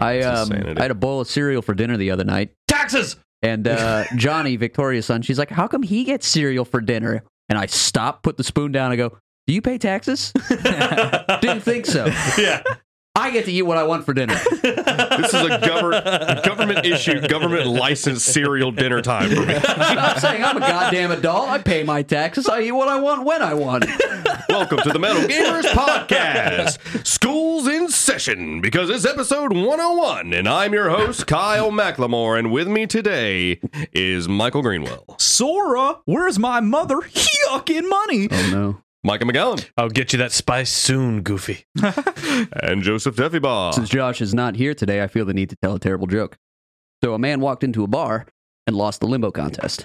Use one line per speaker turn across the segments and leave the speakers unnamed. I
It's
um,
insanity.
I had a bowl of cereal for dinner the other night,
Taxes.
and uh, Johnny, Victoria's son, she's like, "How come he gets cereal for dinner?" And I stop, put the spoon down, and go, "Do you pay taxes?" Didn't think so.
yeah.
I get to eat what I want for dinner.
this
This is a government government issue, government licensed cereal dinner time for me.
Stop saying I'm a goddamn adult. I pay my taxes. I eat what I want when I want.
Welcome to the Metal Gamers Podcast. School's in session because it's episode 101, and I'm your host, Kyle McLemore, and with me today is Michael Greenwell.
Sora, where's my mother? Yucking money.
Oh no!
Micah McGowan
I'll get you that spice soon, Goofy.
and Joseph Defibaugh.
Since Josh is not here today, I feel the need to tell a terrible joke. So a man walked into a bar and lost the limbo contest.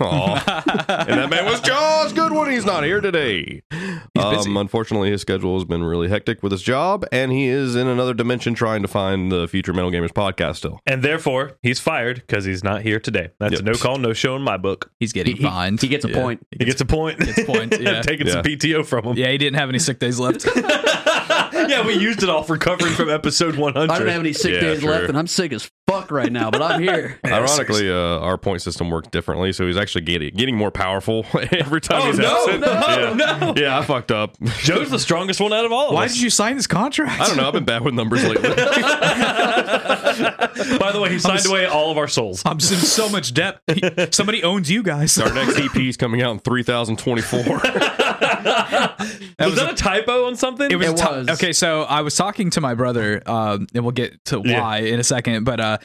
Aw. And that man was Josh Goodwin. He's not here today.
busy.
Um, unfortunately, his schedule has been really hectic with his job, and he is in another dimension trying to find the future Metal Gamers podcast still.
And therefore, he's fired because he's not here today. That's
Yep.
a no call, no show in my book.
He's getting
He- he-
fined.
He gets a
Yeah.
point.
He gets a point.
Gets points, yeah.
Taking some
Yeah.
PTO from him.
yeah, he didn't have any sick days left.
Yeah. we used it all for covering from episode 100.
I don't have any sick
Yeah,
days
sure.
left, and I'm sick as fuck right now. But I'm here.
Ironically, uh, our point system works differently, so he's actually getting getting more powerful every time
Oh,
he's
no,
absent.
no,
yeah.
no.
Yeah, I fucked up.
Joe's the strongest one out of all of
Why
us.
did you sign this contract?
I don't know. I've been bad with numbers lately.
By the way, he signed
s-
away all of our souls.
I'm just in so much debt. Somebody owns you guys.
Our next EP is coming out in 3024.
was,
was
that a, typo on something?
It was,
It
a to-
was.
okay. So I was talking to my brother, um, and we'll get to
Yeah.
why in a second. But uh,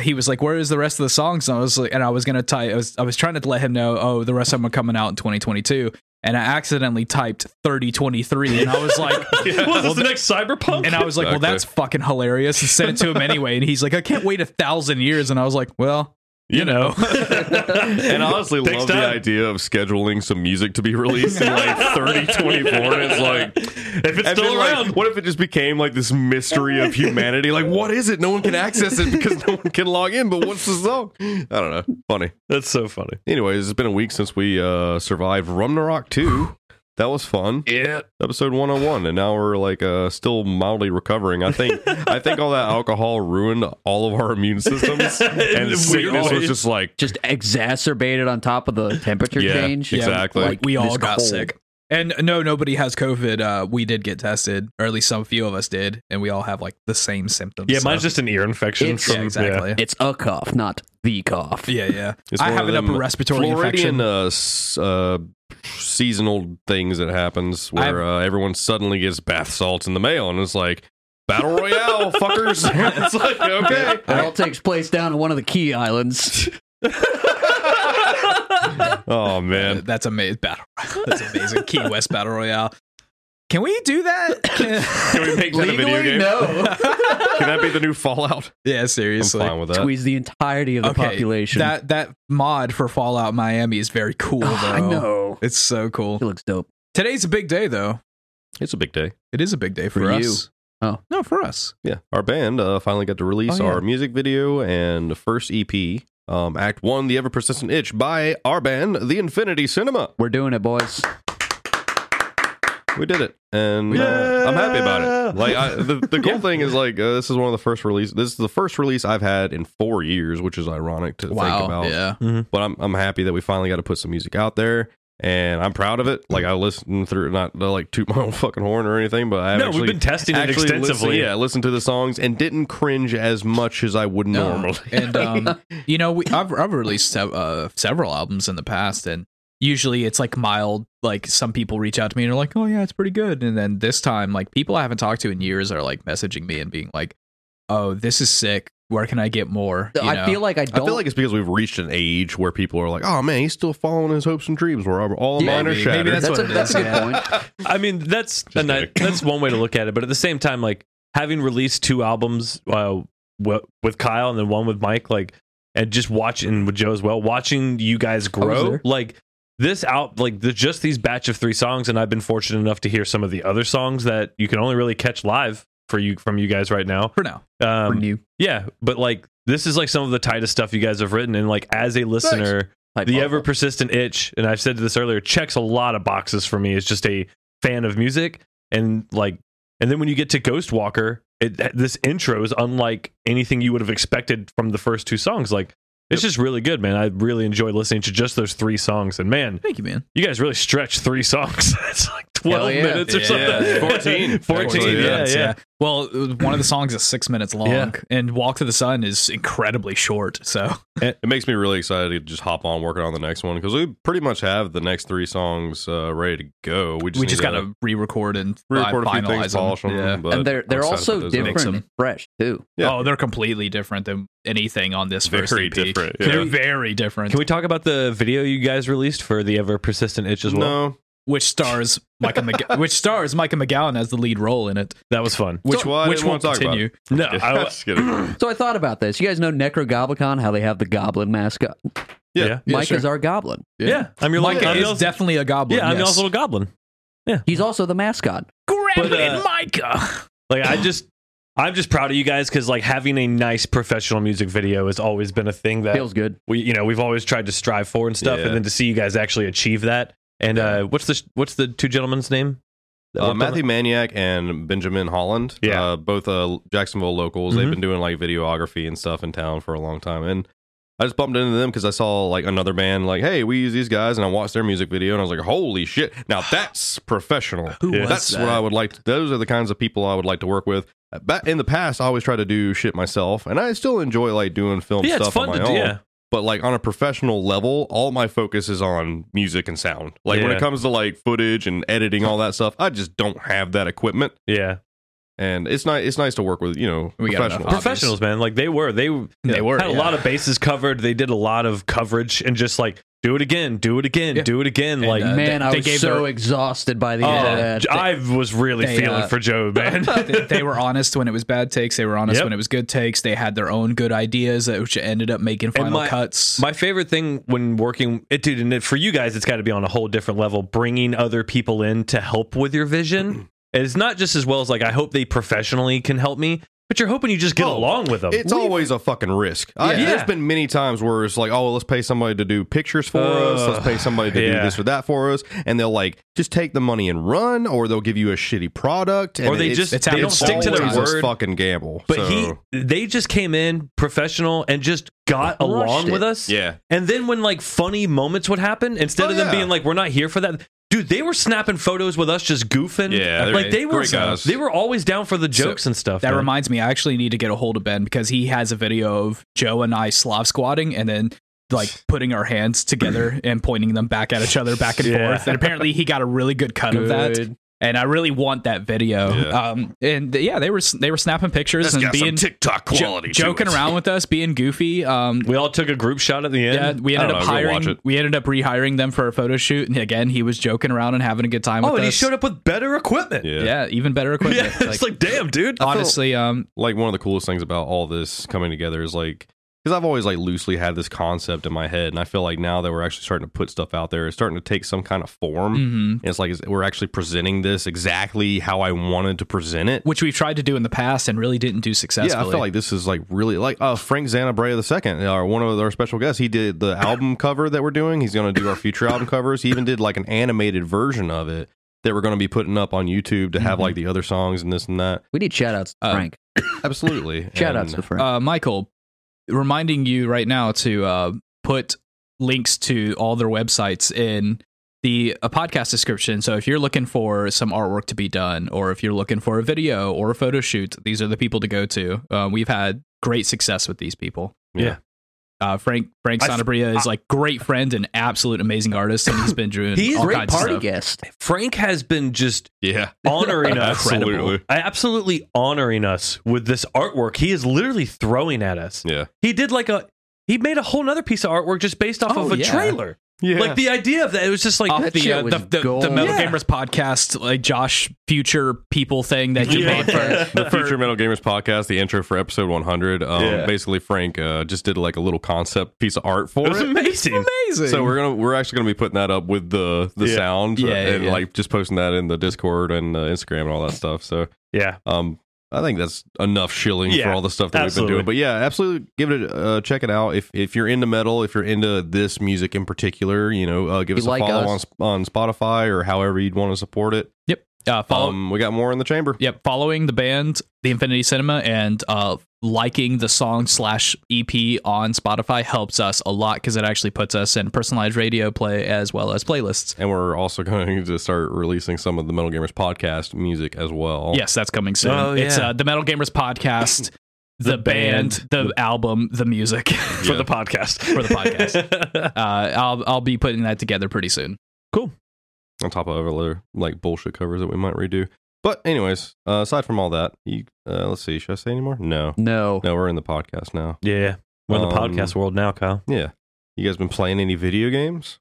he was like, "Where is the rest of the songs?" And I was like, and I was gonna type. I was, I was trying to let him know, oh, the rest of them are coming out in 2022, and I accidentally typed 3023, and I was like.
was this the next cyberpunk?
And I was like,
Exactly.
well, that's fucking hilarious. And sent it to him anyway. And he's like, I can't wait a thousand years. And I was like, well, you know.
and I honestly
Takes
love the
time.
idea of scheduling some music to be released in like 3024. And it's like,
if it's
and
still
then, like,
around,
what if it just became like this mystery of humanity? Like, what is it? No one can access it because no one can log in. But what's the song? I don't know. Funny.
that's so funny.
Anyways, it's been a week since we uh survived Rumnarok 2. That was fun.
Yeah,
Episode 101 and now we're like uh still mildly recovering. I think I think all that alcohol ruined all of our immune systems
In
and
weird
sickness was
ways.
just like
Just exacerbated on top of the temperature
Yeah,
change.
Yeah. exactly.
Like, we all
this
got
cold.
sick. And no, nobody has COVID. Uh, we did get tested, or at least some few of us did, and we all have like the same symptoms.
yeah,
so-
mine's just an ear infection.
It's-
from,
yeah, exactly.
It's a cough, not the cough.
Yeah, yeah.
It's
I
one
have
of
an upper
them
respiratory
Floridian
infection.
uh, s- uh seasonal things that happens where uh, everyone suddenly gets bath salts in the mail and it's like battle royale fuckers. it's like okay.
It all takes place down in one of the key islands.
Oh man.
That's amazing. Battle. That's amazing. Key West Battle Royale. Can we do that? Can-
Can we make that a video game?
no.
Can that be the new Fallout?
yeah,
I'm
seriously.
fine with that.
Squeeze the entirety of the
Okay,
population.
That that mod for Fallout Miami is very cool though.
Ah, I know.
It's so cool.
It looks dope.
Today's a big day though.
It's a big day.
It is a big day for,
For you.
us.
Oh.
No, for us.
Yeah, our band uh, finally got to release
Oh, yeah.
our music video and first EP, um, Act One, "The Ever Persistent Itch" by our band, The Infinity Cinema.
We're doing it, boys.
We did it, and
We
uh,
did it.
I'm happy about it. Like I, the the cool thing is like uh, this is one of the first release. This is the first release I've had in four years, which is ironic to think about.
Yeah.
But I'm I'm happy that we finally got to put some music out there. And I'm proud of it. Like I listened through, not to, like toot my own fucking horn or anything, but I
No,
actually
we've been testing it
actually
extensively.
Listen, yeah, listen to the songs and didn't cringe as much as I would
No.
normally.
and um, you know, we, I've I've released sev- uh, several albums in the past, and usually it's like mild. Like some people reach out to me and are like, "Oh yeah, it's pretty good," and then this time, like people I haven't talked to in years are like messaging me and being like, "Oh, this is sick. Where can I get more?" You
I
know?
feel like I
I
don't.
feel like it's because we've reached an age where people are like, "Oh man, he's still following his hopes and dreams." Where all of
Yeah,
mine are
maybe-
shattered.
maybe
that's,
that's
a,
what it
that's
is,
a good
yeah.
point.
I mean, that's a ni-
kidding.
that's one way to look at it. But at the same time, like having released two albums uh, w- with Kyle and then one with Mike, like and just watching with Joe as well, watching you guys grow,
there.
like this out, like the, just these batch of three songs, and I've been fortunate enough to hear some of the other songs that you can only really catch live for you from you guys right now.
for now.
From
Um,
you,
yeah, but like this is like some of the tightest stuff you guys have written, and like as a listener
Type
the
of-
ever persistent itch and i've said this earlier checks a lot of boxes for me it's just a fan of music and like and then when you get to ghost walker it, this intro is unlike anything you would have expected from the first two songs. Like it's just really good, man. I really enjoy listening to just those three songs. And man,
Thank you, man.
you guys really stretch three songs. it's like
Hell
twelve
yeah.
minutes or
Yeah.
something.
14.
14, 14 yeah, yeah.
minutes, Well, it was- one of the songs is six minutes long,
Yeah.
and "Walk to the Sun" is incredibly short. So
It makes me really excited to just hop on working on the next one because we pretty much have the next three songs uh, ready to go. We just,
we
need
just
to
got to re-record and
re-record a
fi-
few things,
finalize them.
polish them.
Yeah.
but
and they're
I'm
they're
excited
also
to put those out.
different
Mix
and
'em.
fresh too.
Yeah.
Oh, they're completely different than anything on this first
Very
EP.
different, yeah.
They're very different.
Can we talk about the video you guys released for the ever persistent itch as well?
No,
which stars Micah McG- which stars Micah McGowan as the lead role in it.
That was fun.
Which why I
which
didn't
won't
wanna talk about
continue.
No,
I'm
I,
just kidding.
So I thought about this. You guys know Necrogoblicon, how they have the goblin mascot.
Yeah.
yeah,
Yeah,
Mike
sure.
is our goblin.
yeah, I'm your
Micah
little, I'm
is
your-
definitely a goblin.
yeah, I'm your
yes.
little goblin.
He's also the mascot.
Gremlin
But, uh,
Micah.
Like I just, I'm just proud of you guys because like having a nice professional music video has always been a thing that
Feels good.
we, you know, we've always tried to strive for and stuff,
Yeah.
and then to see you guys actually achieve that. And uh, what's the what's the two gentlemen's name? that worked
Uh,
on
Matthew
it?
Maniac and Benjamin Holland,
Yeah.
uh, both uh, Jacksonville locals. They've
Mhm.
been doing like videography and stuff in town for a long time, and I just bumped into them because I saw like another band, like, hey, we use these guys, and I watched their music video, and I was like, holy shit! Now that's professional.
Who
Yeah.
was
that's
that?
what I would like. To, those are the kinds of people I would like to work with. Uh, Back in the past, I always try to do shit myself, and I still enjoy like doing film
Yeah,
stuff
it's fun
on
to
my
do.
own
Yeah,
but like on a professional level, all my focus is on music and sound. Like when it
Yeah.
comes to like footage and editing, all that stuff, I just don't have that equipment.
yeah.
And it's nice. It's nice to work with you know
We got enough
professionals.
Obvious.
Professionals, man. Like they were, they
They were,
had a
yeah.
lot of bases covered. They did a lot of coverage and just like do it again, do it again,
Yeah.
do it again.
And,
like
Uh,
Man,
they-
I
they
was
gave
so
their-
exhausted by the
Oh,
end of that.
J- I was really
They,
feeling
uh,
for Joe, man.
they, they were honest when it was bad takes. They were honest
Yep.
when it was good takes. They had their own good ideas, that which ended up making final
my-
cuts.
My favorite thing when working, it, dude, and it, for you guys, it's got to be on a whole different level. Bringing other people in to help with your vision is not just as well as like I hope they professionally can help me, but you're hoping you just get
Oh,
along with them.
It's always a fucking risk. I,
Yeah.
There's been many times where it's like, oh, let's pay somebody to do pictures for us.
Ugh,
Let's pay somebody to do
yeah.
this or that for us, and they'll like just take the money and run, or they'll give you a shitty product, and
Or they
it's-
just-
it's
they don't stick to their
always this
word.
Fucking gamble.
but
So,
he, they just came in professional and just got along
it.
with us.
yeah,
And then when like funny moments would happen, instead
Oh,
of them
yeah.
being like, "We're not here for that," dude, they were snapping photos with us just goofing.
Yeah, they're
like they were,
great guys.
they were always down for the jokes and stuff.
That
man.
reminds me, I actually need to get a hold of Ben because he has a video of Joe and I Slav squatting and then like putting our hands together and pointing them back at each other back and
Yeah.
forth. And apparently he got a really good cut of that.
Good.
And I really want that video.
Yeah.
Um, and th- yeah, they were s- they were snapping pictures
that's
and
got some
being
TikTok
jo-
quality. to
joking
it.
around with us, being goofy. Um,
we all took a group shot at the end.
yeah, we
I don't
ended up
know, go watch
hiring.
it.
We ended up rehiring them for a photo shoot, and again, he was joking around and having a good time.
Oh,
with
and he
us.
showed up with better equipment.
Yeah.
Yeah, even better equipment.
Yeah, it's like, damn, dude.
honestly, um,
like one of the coolest things about all this coming together is like because I've always like loosely had this concept in my head, and I feel like now that we're actually starting to put stuff out there, it's starting to take some kind of form.
Mm.
mhm.
And it's like it's, we're actually presenting this exactly how I wanted to present it.
which we've tried to do in the past and really didn't do successfully.
Yeah, I feel like this is like really like uh, Frank Zanabrea the second, or one of our special guests. He did the album cover that we're doing. He's going to do our future album covers. He even did like an animated version of it that we're going to be putting up on YouTube to have
Mm-hmm.
Mhm.
like the other songs and this and that.
We need shout outs to
Uh,
Frank.
Absolutely,
Shout outs to
And-
Frank.
uh, Michael, reminding you right now to uh, put links to all their websites in the a podcast description. So if you're looking for some artwork to be done, or if you're looking for a video or a photo shoot, these are the people to go to. Uh, we've had great success with these people.
Yeah.
Uh, Frank Frank
I f-
Sanabria is like great friend and absolute amazing artist, and he's been doing
He's
all
Great
kinds of
party
stuff.
guest.
Frank has been just
yeah.
honoring us.
Incredible.
Absolutely.
I- Absolutely honoring us with this artwork. He is literally throwing at us.
Yeah.
He did like a he made a whole nother piece of artwork just based off
Oh,
of a
yeah.
trailer.
Yeah.
Like the idea of that, it was just like
off
That
the,
shit
uh,
was
the, the,
gold.
the Metal
Yeah.
Gamers podcast, like Josh Future People thing that you
Yeah.
made for.
the Future Metal Gamers podcast, the intro for episode 100. Um,
Yeah.
Basically, Frank uh, just did like a little concept piece of art for
It was
it.
amazing.
Amazing.
So we're gonna we're actually gonna be putting that up with the the
Yeah.
sound
Yeah, yeah,
and
yeah.
like just posting that in the Discord and uh, Instagram and all that stuff. So
Yeah.
um, I think that's enough shilling for
Yeah,
all the stuff that
absolutely.
we've been doing. But yeah, absolutely give it a uh, check it out if if you're into metal, if you're into this music in particular, you know, uh, give
You
us
like
a follow
us.
on Sp- on Spotify or however you'd want to support it.
Yep. Uh, follow,
Um, we got more in the chamber.
Yep, following the band, the Infinity Cinema, and uh, liking the song slash EP on Spotify helps us a lot because it actually puts us in personalized radio play as well as playlists.
And we're also going to start releasing some of the Metal Gamers podcast music as well.
Yes, that's coming soon.
Oh,
It's
yeah.
uh, the Metal Gamers podcast, the, band, the album, the music
for the podcast.
for the podcast. uh, I'll I'll be putting that together pretty soon.
on top of other like bullshit covers that we might redo. But anyways, uh, aside from all that, you, uh, let's see. Should I say any more? No,
No.
no, we're in the podcast now.
yeah, we're in the
Um,
podcast world now, Kyle.
Yeah, you guys been playing any video games?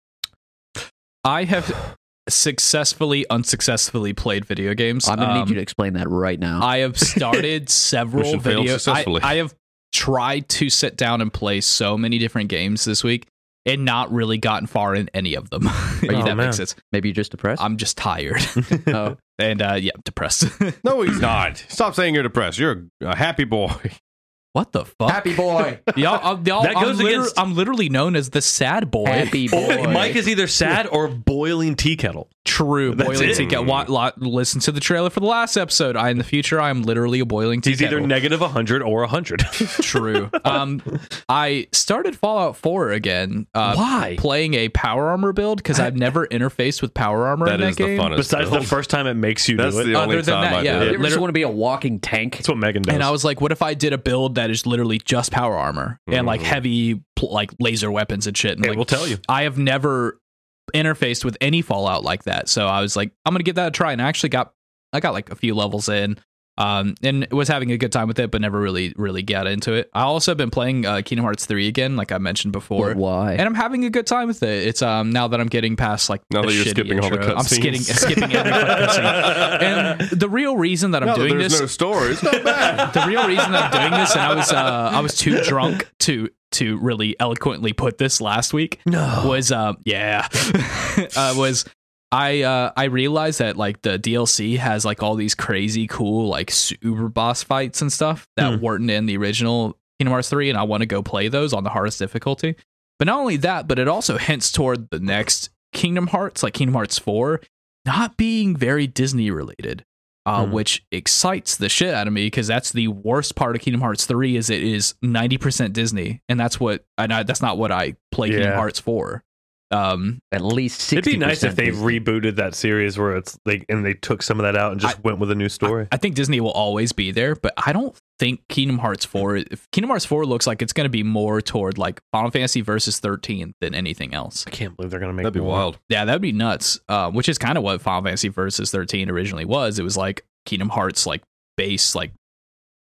I have successfully, unsuccessfully played video games.
I'm going to
Um,
need you to explain that right now.
I have started several
Mission failed
videos. I,
successfully.
I have tried to sit down and play so many different games this week and not really gotten far in any of them. if that
Oh, man.
makes sense.
Maybe you're just depressed.
I'm just tired
oh,
and uh, yeah, depressed.
No, he's not. Stop saying you're depressed. You're a, a happy boy.
what the fuck?
boy.
Y'all, I'm, y'all,
That
I'm
goes
liter-
against-
I'm literally known as the sad boy.
Happy boy.
Mike is either sad or boiling tea kettle.
True.
That's
boiling
it.
tea kettle. Wa- lo- listen to the trailer for the last episode. I in the future, I am literally a boiling tea
He's either
kettle.
negative 100 or 100.
True. Um, I started Fallout 4 again. Uh,
Why?
Playing a power armor build because I've never interfaced with power armor
That
in that
is
game.
the funnest.
Besides the
build.
first time it makes you
That's
do it.
the only
Other than
time
that,
I
yeah.
You
did it.
ever just want to be a walking tank?
That's what Megan does.
And I was like, what if I did a build that is literally just power armor and like
Mhm.
heavy, pl- like laser weapons and shit? And
It
like,
will tell you.
I have never interfaced with any Fallout like that. So I was like, I'm gonna give that a try, and I actually got I got like a few levels in, um, and was having a good time with it, but never really really got into it. I also have been playing uh, Kingdom Hearts three again, like I mentioned before.
But why?
And I'm having a good time with it. It's um now that I'm getting past like
Now
the
that you're
shitty
skipping all the
intro, I'm
cutscenes.
skipping skipping every fucking scene. And the real reason that I'm
Now that
doing
there's
this
no story. It's not bad.
the real reason I'm doing this, and I was uh, I was too drunk to to really eloquently put this last week. No, was um yeah, uh, was I uh, I realized that like the DLC has like all these crazy cool like super boss fights and stuff that
Hmm.
weren't in the original Kingdom Hearts three, and I want to go play those on the hardest difficulty. But not only that, but it also hints toward the next Kingdom Hearts, like Kingdom Hearts four, not being very Disney related uh,
Hmm.
which excites the shit out of me because that's the worst part of Kingdom Hearts three is it is ninety percent Disney, and that's what and I, that's not what I play Kingdom
Yeah.
Hearts for. Um,
At least 60
It'd be nice if they rebooted that series where it's like, and they took some of that out and just went with a new story.
I think Disney will always be there, but I don't think Kingdom Hearts four. If Kingdom Hearts four looks like it's going to be more toward like Final Fantasy versus thirteen than anything else.
I can't believe they're gonna make
That'd be
more.
wild.
Yeah, that'd be nuts. Uh, which is kind of what Final Fantasy versus thirteen originally was. It was like Kingdom Hearts like base like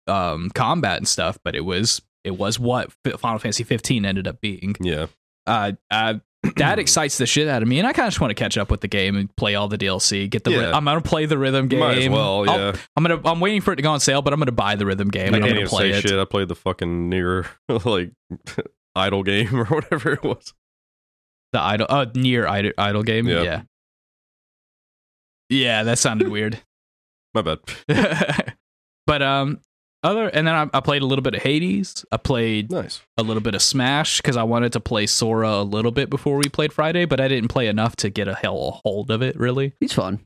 um combat and stuff, but it was it was what F- Final Fantasy fifteen ended up being.
Yeah.
Uh, uh that excites the shit out of me, and I kind of just want to catch up with the game and play all the DLC. Get the
Yeah.
ry- I'm gonna play the rhythm game.
Might as well.
I'll-
Yeah.
I'm gonna I'm waiting for it to go on sale, but I'm gonna buy the rhythm game
I
and I'm
can't
gonna
even
play
say
it.
shit. I played the fucking near like idle game or whatever it was.
The idle uh near idle, idle game.
Yeah.
Yeah. Yeah, that sounded weird.
My bad.
but um other and then I, I played a little bit of hades i played
Nice.
a little bit of smash because i wanted to play sora a little bit before we played friday but i didn't play enough to get a hell hold of it really
He's fun.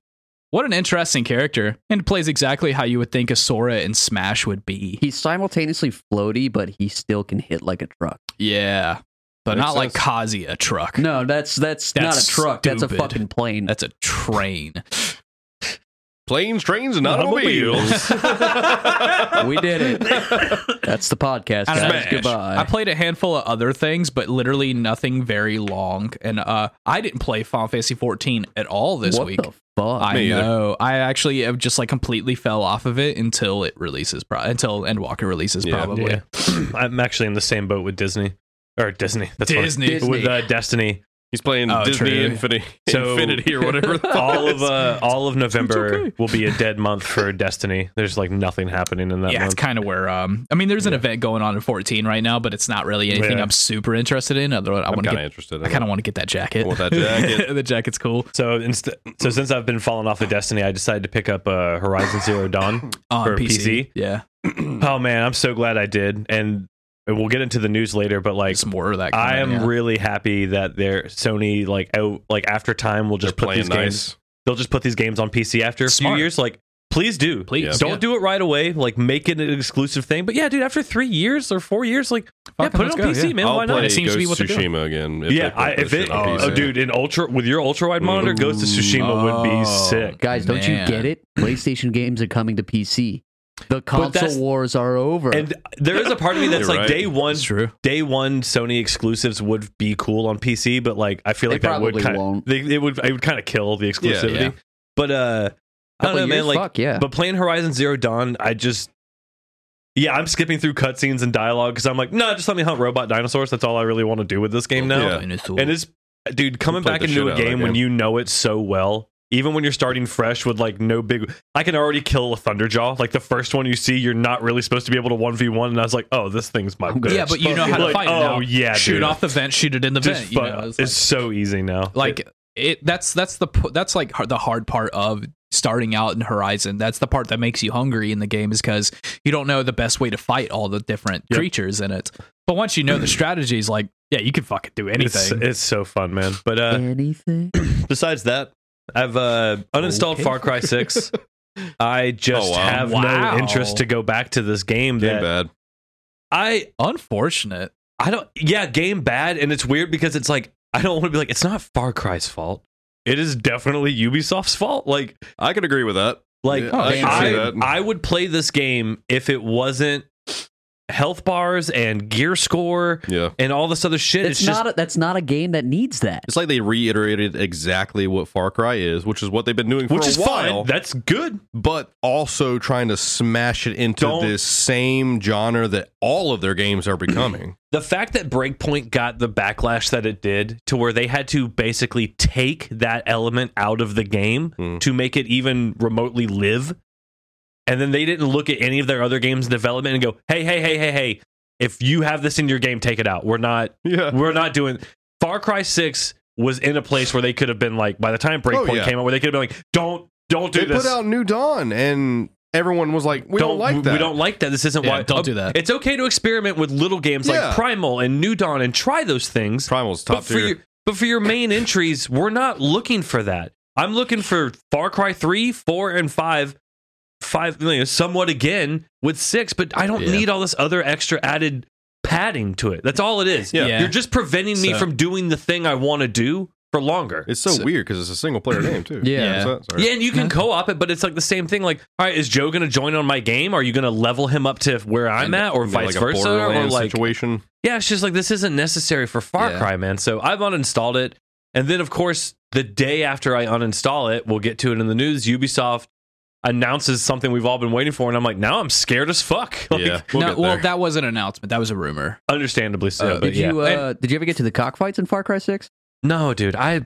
what an interesting character and it plays exactly how you would think a sora in smash would be
He's simultaneously floaty, but he still can hit like a truck.
yeah but
Makes
not like
sense.
kazuya a truck
No, that's that's,
That's
not a truck. That's a
stupid.
fucking plane.
that's a train
Planes, trains, and automobiles.
we did it. That's the podcast.
I don't
Guys.
know.
Goodbye.
I played a handful of other things, but literally nothing very long. And uh, I didn't play Final Fantasy 14 at all this
what
week.
the fuck?
I
Me either.
know. I actually have just like completely fell off of it until it releases, pro- until Endwalker releases,
Yeah.
probably.
Yeah. I'm actually in the same boat with Disney or Disney. That's funny.
Disney. Disney.
with uh, Destiny.
He's playing
Oh,
Disney
true.
Infinity,
So-
Infinity or whatever. the
All
fuck
of uh, all of November
okay.
will be a dead month for Destiny. There's like nothing happening in that
Yeah, it's
month.
kind of where. Um, I mean, there's an event going on in 14 right now, but it's not really anything
Yeah.
I'm super interested in. Other, I
I'm
want to
kind of
get.
interested. In
I kind of want to get that jacket.
I want that jacket.
the jacket's cool.
So inst- so since I've been falling off of Destiny, I decided to pick up uh, Horizon Zero Dawn.
On
For PC?
PC. yeah,
oh man, I'm so glad I did. And we'll get into the news later, but like
some more of that.
I
coming,
am
yeah.
really happy that they're Sony like out like after time will
Just
just put
playing
these games
nice.
they'll just put these games on PC after a
Smart.
few years. Like, please do.
Please,
Yeah.
Don't
yeah.
do it right away. Like, make it an exclusive thing. But yeah, dude, after three years or four years, like, yeah,
Fucking
put it
let's
on
go,
PC,
yeah.
man.
I'll
Why not?
play
It seems to be
Ghost
what they're doing.
Tsushima again. If
yeah,
they put
I,
that
if
shit
it,
on
oh,
PC.
dude, in ultra with your ultra wide monitor, Ghost of Tsushima would be
Oh.
sick.
Guys, don't
Man.
you get it? PlayStation games are coming to PC. The
that's-
console wars are over.
And there is a part of me that's
You're
like
right.
day one,
It's true.
day one Sony exclusives would be cool on PC, but like I feel
They
like that would
probably
kind of
won't.
they, it would it would kind of kill the exclusivity.
yeah.
But uh, I don't
Couple
know, man.
years?
Like,
Fuck, yeah.
but playing Horizon Zero Dawn, I just yeah, I'm skipping through cutscenes and dialogue because I'm like, no, just let me hunt robot dinosaurs. That's all I really want to do with this game now.
Oh,
Yeah.
And it's dude coming
played
back
the shit
into a
out of that
game when
game.
you know it so well. Even when you're starting fresh with like no big, I can already kill a Thunderjaw. Like the first one you see, you're not really supposed to be able to one v one, and I was like, oh, this thing's my good.
yeah, but you know how to
Like,
fight. it
oh
now.
yeah,
shoot
dude.
off the vent, shoot it in the
Just
vent. You
fu-
know,
it's
it's like,
so easy now.
like it. That's that's the pu- that's like har- the hard part of starting out in Horizon. That's the part that makes you hungry in the game is because you don't know the best way to fight all the different
Yep.
creatures in it. But once you know the strategies, like yeah, you can fucking do
it's,
anything. Mm.
it's so fun, man. But uh,
Anything?
besides that, I've uh, uninstalled
Okay.
Far Cry Six. I just
Oh, wow.
have
Wow.
no interest to go back to this game.
Game
That
bad.
I
Unfortunate.
I don't. Yeah, game bad, and it's weird because it's like I don't want to be like it's not Far Cry's fault. It is definitely Ubisoft's fault. Like,
I could agree with that.
like
Yeah,
I can see
I,
that.
I would play this game if it wasn't health bars and gear score
Yeah.
and all this other shit. It's,
It's
just
not a, that's not a game that needs that.
It's like they reiterated exactly what Far Cry is, which is what they've been doing for
which
a
is
while,
fine. That's good.
but also trying to smash it into
Don't-
this same genre that all of their games are becoming.
The fact that Breakpoint got the backlash that it did to where they had to basically take that element out of the game
Mm.
to make it even remotely live. And then they didn't look at any of their other games in development and go, "Hey, hey, hey, hey, hey, if you have this in your game, take it out. We're not
yeah.
we're not doing Far Cry 6 was in a place where they could have been like by the time Breakpoint
Oh, yeah.
came out where they could have been like, "Don't don't do
They
this."
put out New Dawn and everyone was like, we don't, like that.
We don't like that. This isn't
Yeah,
why.
don't
uh,
do that.
It's okay to experiment with little games
Yeah.
like Primal and New Dawn and try those things.
Primal's
but
top
for
tier.
your but for your main entries, we're not looking for that. I'm looking for Far Cry three, four, and five. Five you know, somewhat again with six, but I don't
Yeah.
need all this other extra added padding to it. That's all it is.
Yeah. Yeah.
You're just preventing me
So-
from doing the thing I want to do for longer.
it's so,
so-
weird because it's a single player game too.
Yeah.
Yeah.
So- sorry.
Yeah, and you can co-op it, but it's like the same thing. Like, all right, is Joe going to join on my game? Are you going to level him up to where I'm
And-
at, or
Maybe
vice
like a
versa? Or
Borderlands
like,
situation.
yeah, it's just like this isn't necessary for Far
Yeah.
Cry, man. So I've uninstalled it, and then of course the day after I uninstall it, we'll get to it in the news. Ubisoft announces something we've all been waiting for, and I'm like, now I'm scared as fuck. Like,
yeah. We'll
Well, no,
get
well,
there.
that was an announcement. That was a rumor.
understandably so.
Uh,
but
Did
yeah.
you uh,
And-
did you ever get to the cockfights in Far Cry Six?
No, dude. I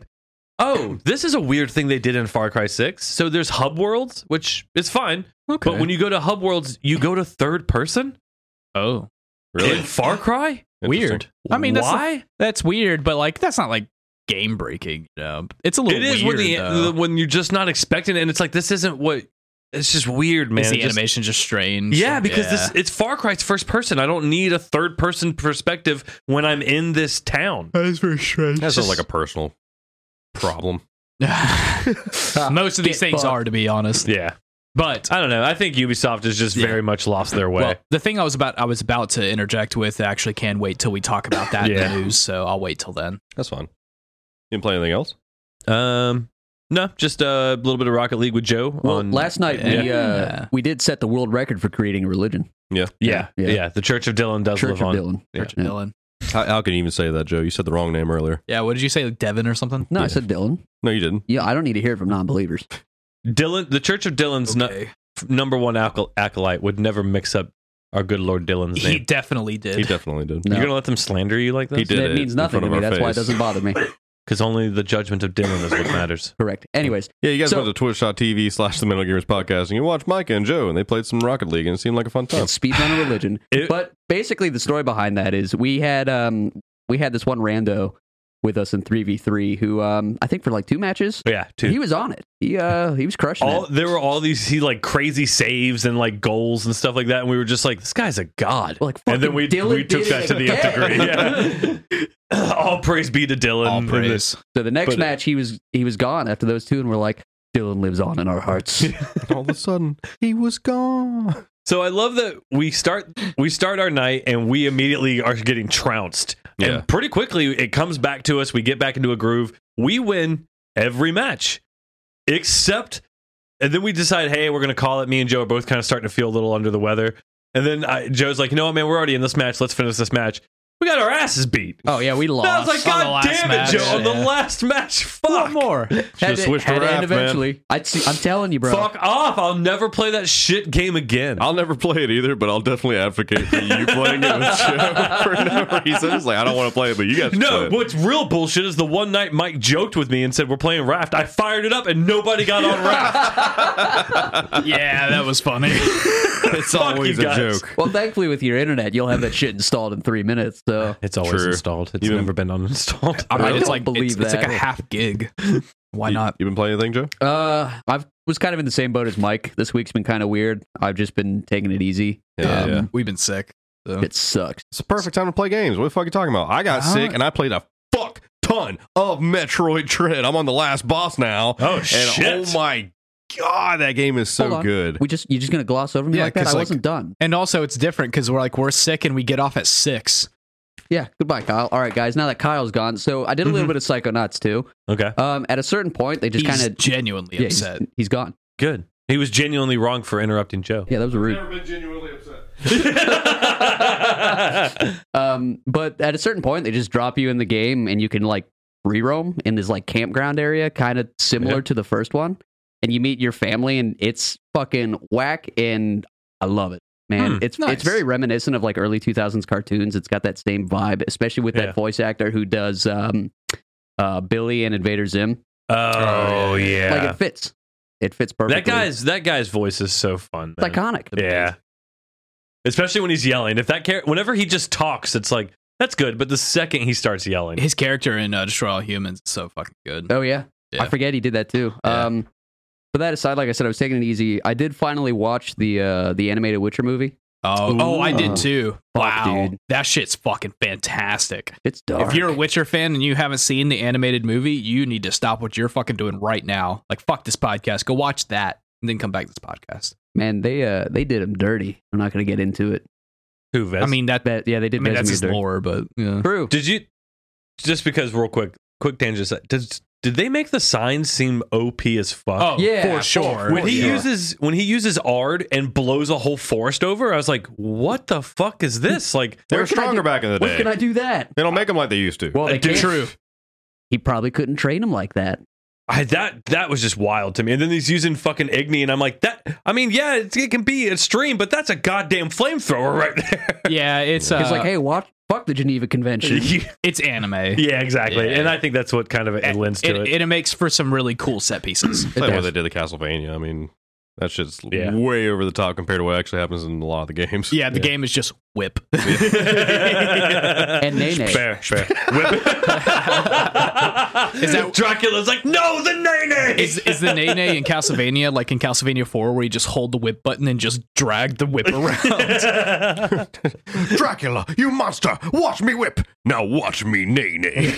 Oh, this is a weird thing they did in Far Cry 6. So there's hub worlds, which is fine.
Okay.
But when you go to hub worlds, you go to third person
oh,
in Far Cry?
Interesting.
weird. I mean, that's
why?
that's weird, but like that's not like game breaking. You know, it's a little.
It is
weird,
when the,
though.
the- when you're just not expecting it and it's like this isn't what it's just weird, man.
Is the
It just-
animation just strange?
yeah, because
Yeah.
this it's Far Cry's first person. I don't need a third person perspective when I'm in this town.
That is very strange.
That sounds like a personal problem.
Most of these
Get
things
fucked.
are, to be honest.
Yeah.
But
I don't know. I think Ubisoft has just
Yeah.
very much lost their way.
well, the thing I was about I was about to interject with actually can wait till we talk about that in
Yeah.
the news. So I'll wait till then.
That's fine. You didn't play anything else?
Um, no, just a little bit of Rocket League with Joe.
Well,
on,
last night we uh,
Yeah.
we did set the world record for creating a religion.
Yeah.
yeah, yeah,
yeah.
the Church of Dylan does
Church
live
of
on.
Dylan.
Church
Yeah.
of Dylan.
How, how can you even say that, Joe? You said the wrong name earlier.
Yeah, what did you say? Like Devin or something?
No, I said Dylan.
No, you didn't.
Yeah, I don't need to hear it from non-believers.
Dylan, the Church of Dylan's nu-
Okay.
number one acol- acolyte would never mix up our good Lord Dylan's
He
name.
definitely did.
He definitely did.
No.
You're gonna let them slander you like
He
this?
did
that
it
means
in
nothing to
front
me.
of our
That's why it
face.
doesn't bother me.
Because only the judgment of Dylan is what matters.
Correct. Anyways,
Yeah, you guys
So-
went to twitch.tv slash the Metal Gears Podcast and you watched Mike and Joe and they played some Rocket League and it seemed like a fun time.
it's speedrun of religion.
It-
but basically, the story behind that is we had um we had this one rando with us in three v three who um I think for like two matches
Yeah, too.
he was on it. He uh he was crushing
all
it.
there were all these he like crazy saves and like goals and stuff like that, and we were just like, this guy's a god.
Like
and then
fucking
we
Dylan
we took
did
that
it
to the nth degree.
again.
Yeah. all praise be to Dylan.
All
And
praise.
So the next
But- uh,
match, he was he was gone after those two, and we're like, Dylan lives on in our hearts.
All of a sudden, he was gone.
So I love that we start we start our night and we immediately are getting trounced.
Yeah.
And pretty quickly it comes back to us. We get back into a groove. We win every match. Except and then we decide, hey, we're gonna call it. Me and Joe are both kind of starting to feel a little under the weather. And then I, Joe's like, no, man, we're already in this match. Let's finish this match. We got our asses beat.
oh yeah, we lost.
I was like,
on the
God
last
damn it,
match,
Joe! On the
yeah.
last match, fuck
more.
had to-
Should've switched the
had to end
rap, man.
eventually. I'd see, I'm telling you, bro.
Fuck off! I'll never play that shit game again.
I'll never play it either, but I'll definitely advocate for you playing it with Joe for no reason. It's like I don't want to play it, but you guys should
No,
play it.
what's real bullshit is the one night Mike joked with me and said we're playing Raft. I fired it up and nobody got on Raft.
yeah, that was funny.
it's
fuck you
always a
guys.
joke.
Well, thankfully, with your internet, you'll have that shit installed in three minutes. So
It's
always True. installed. It's Even- never
been uninstalled.
I mean,
I
it's
don't
like
believe
it's, it's
that.
like a half gig. Why not?
You been playing anything, Joe?
Uh, I was kind of in the same boat as Mike. This week's been kind of weird. I've just been taking it easy.
Yeah,
Um,
yeah.
We've been sick. so.
It sucks.
It's the perfect time to play games. What the fuck are you talking about? I got
Huh?
sick and I played a fuck ton of Metroid Dread. I'm on the last boss now.
Oh
And
shit!
oh my god, that game is so
Hold on.
good.
We just you're just gonna gloss over me
Yeah,
like that.
'cause,
I
like-
wasn't done.
And also, it's different because we're like we're sick and we get off at six.
Yeah. Goodbye, Kyle. All right, guys. Now that Kyle's gone, so I did a little bit of Psychonauts too.
okay,
Um, at a certain point, they just
Mm-hmm. He's
kind of
genuinely
yeah, he's-
upset.
he's gone.
good. He was genuinely wrong for interrupting Joe.
Yeah, that was rude.
been genuinely upset.
Um, but at a certain point, they just drop you in the game, and you can like free roam in this like campground area, kind of similar to the first one. And you meet your family, and it's fucking whack, and I love it, man.
Hmm,
it's
nice.
it's very reminiscent of like early two thousands cartoons. It's got that same vibe, especially with
Yeah.
that voice actor who does um, uh, Billy and Invader Zim.
oh yeah,
Like it fits, it fits perfectly.
that guy's that guy's voice is so fun.
It's
man.
iconic.
Yeah. Especially when he's yelling. If that char- whenever he just talks, it's like that's good. But the second he starts yelling,
His character in uh, Destroy All Humans is so fucking good.
Oh yeah.
Yeah.
I forget he did that too.
Yeah.
Um but that aside, like I said, I was taking it easy. I did finally watch the uh the animated Witcher movie.
Oh, oh, I did
Ooh.
too.
Fuck,
wow,
dude.
that shit's fucking fantastic.
It's dark.
If you're a Witcher fan and you haven't seen the animated movie, you need to stop what you're fucking doing right now. Like, fuck this podcast. Go watch that and then come back to this podcast.
man, they uh they did him dirty. I'm not gonna get into it.
who
I mean, that,
But yeah, they
I
did
mean that's
Vesemir
his
dirty.
lore, but yeah.
True.
Did you just because real quick, quick tangent? Does did they make the signs seem OP as fuck?
Oh,
yeah,
for sure.
when
for
he
sure.
uses when he uses Ard and blows a whole forest over, I was like, what the fuck is this? Like,
They
Where
were
can I
stronger
do-
back in the
Where
day.
can I do that?
They don't make them like they used to.
Well they
dude,
can't.
Uh, True.
He probably couldn't train him like that.
I, that that was just wild to me. And then he's using fucking Igni, and I'm like, that. I mean, yeah, it's, it can be extreme, but that's a goddamn flamethrower right there.
Yeah, it's uh,
He's like, Hey, watch fuck the Geneva Convention.
it's anime.
yeah, exactly.
Yeah.
And I think that's what kind of it lends to it.
And it makes for some really cool set pieces.
That's why
does.
they did the Castlevania. I mean, that shit's
Yeah.
way over the top compared to what actually happens in a lot of the games.
Yeah, the game is just whip.
And Nene.
Fair, fair. Whip.
Is that-
Dracula's like, no, the nene.
Is, is the Nene in Castlevania like in Castlevania 4 where you just hold the whip button and just drag the whip around?
Dracula, you monster, watch me whip. Now watch me nay nay.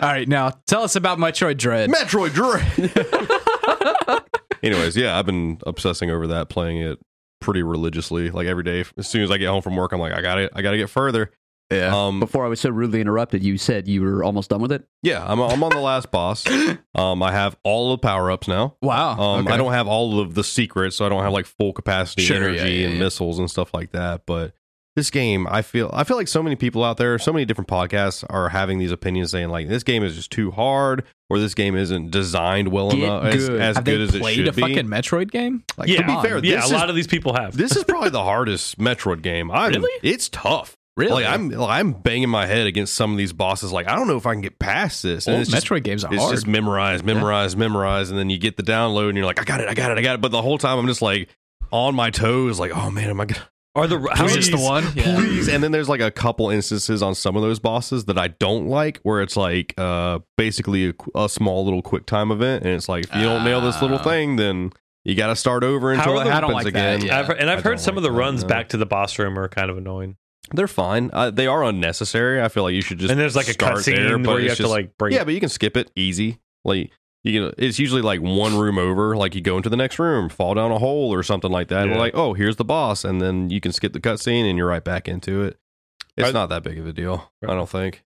All right, now tell us about Metroid Dread.
Metroid Dread. Anyways, yeah, I've been obsessing over that, playing it pretty religiously, like every day. As soon as I get home from work, I'm like, I got to I got to get further.
Yeah.
Um,
Before I was so rudely interrupted, you said you were almost done with it.
yeah, I'm, I'm on the last boss. Um, I have all the power ups now.
Wow.
Um,
okay.
I don't have all of the secrets, so I don't have like full capacity
Sure,
energy
yeah, yeah,
and
yeah.
missiles and stuff like that. But this game, I feel, I feel like so many people out there, so many different podcasts are having these opinions saying like this game is just too hard, or this game isn't designed well
Get
enough, as,
good.
as
Have
good
they
as it
played
should
a
be.
fucking Metroid game? Like,
yeah,
come on.
fair,
yeah.
this
a
is-
lot of these people have.
this is probably the hardest Metroid game. I
Really?
It's tough.
Really?
Like I'm, like, I'm banging my head against some of these bosses. Like I don't know if I can get past this.
Old
And it's
Metroid
just
games are
It's
hard.
just memorize, memorize, memorize, and then you get the download, and you're like, I got it, I got it, I got it. But the whole time, I'm just like on my toes, like, oh man, am I gonna
Are the how
Is
many
this the one? Yeah.
please? And then there's like a couple instances on some of those bosses that I don't like, where it's like uh basically a, qu- a small little quick time event, and it's like if you don't nail this little
Ah.
thing, then you got to start over
How
until
are
it
the-
I
happens
don't like that,
again.
yeah.
I've, and I've
I
heard
don't
some of
like
the
that,
runs
no.
back to the boss room are kind of annoying.
They're fine. Uh, they are unnecessary. I feel like you should just
and there's like a
start there,
cutscene
but
where you
it's
have to
just-
like break.
yeah, but you can skip it easy. Like You know, it's usually like one room over. Like you go into the next room, fall down a hole or something like that. And we're
Yeah.
like, oh, here's the boss, and then you can skip the cutscene and you're right back into it. It's
I-
not that big of a deal, I don't think.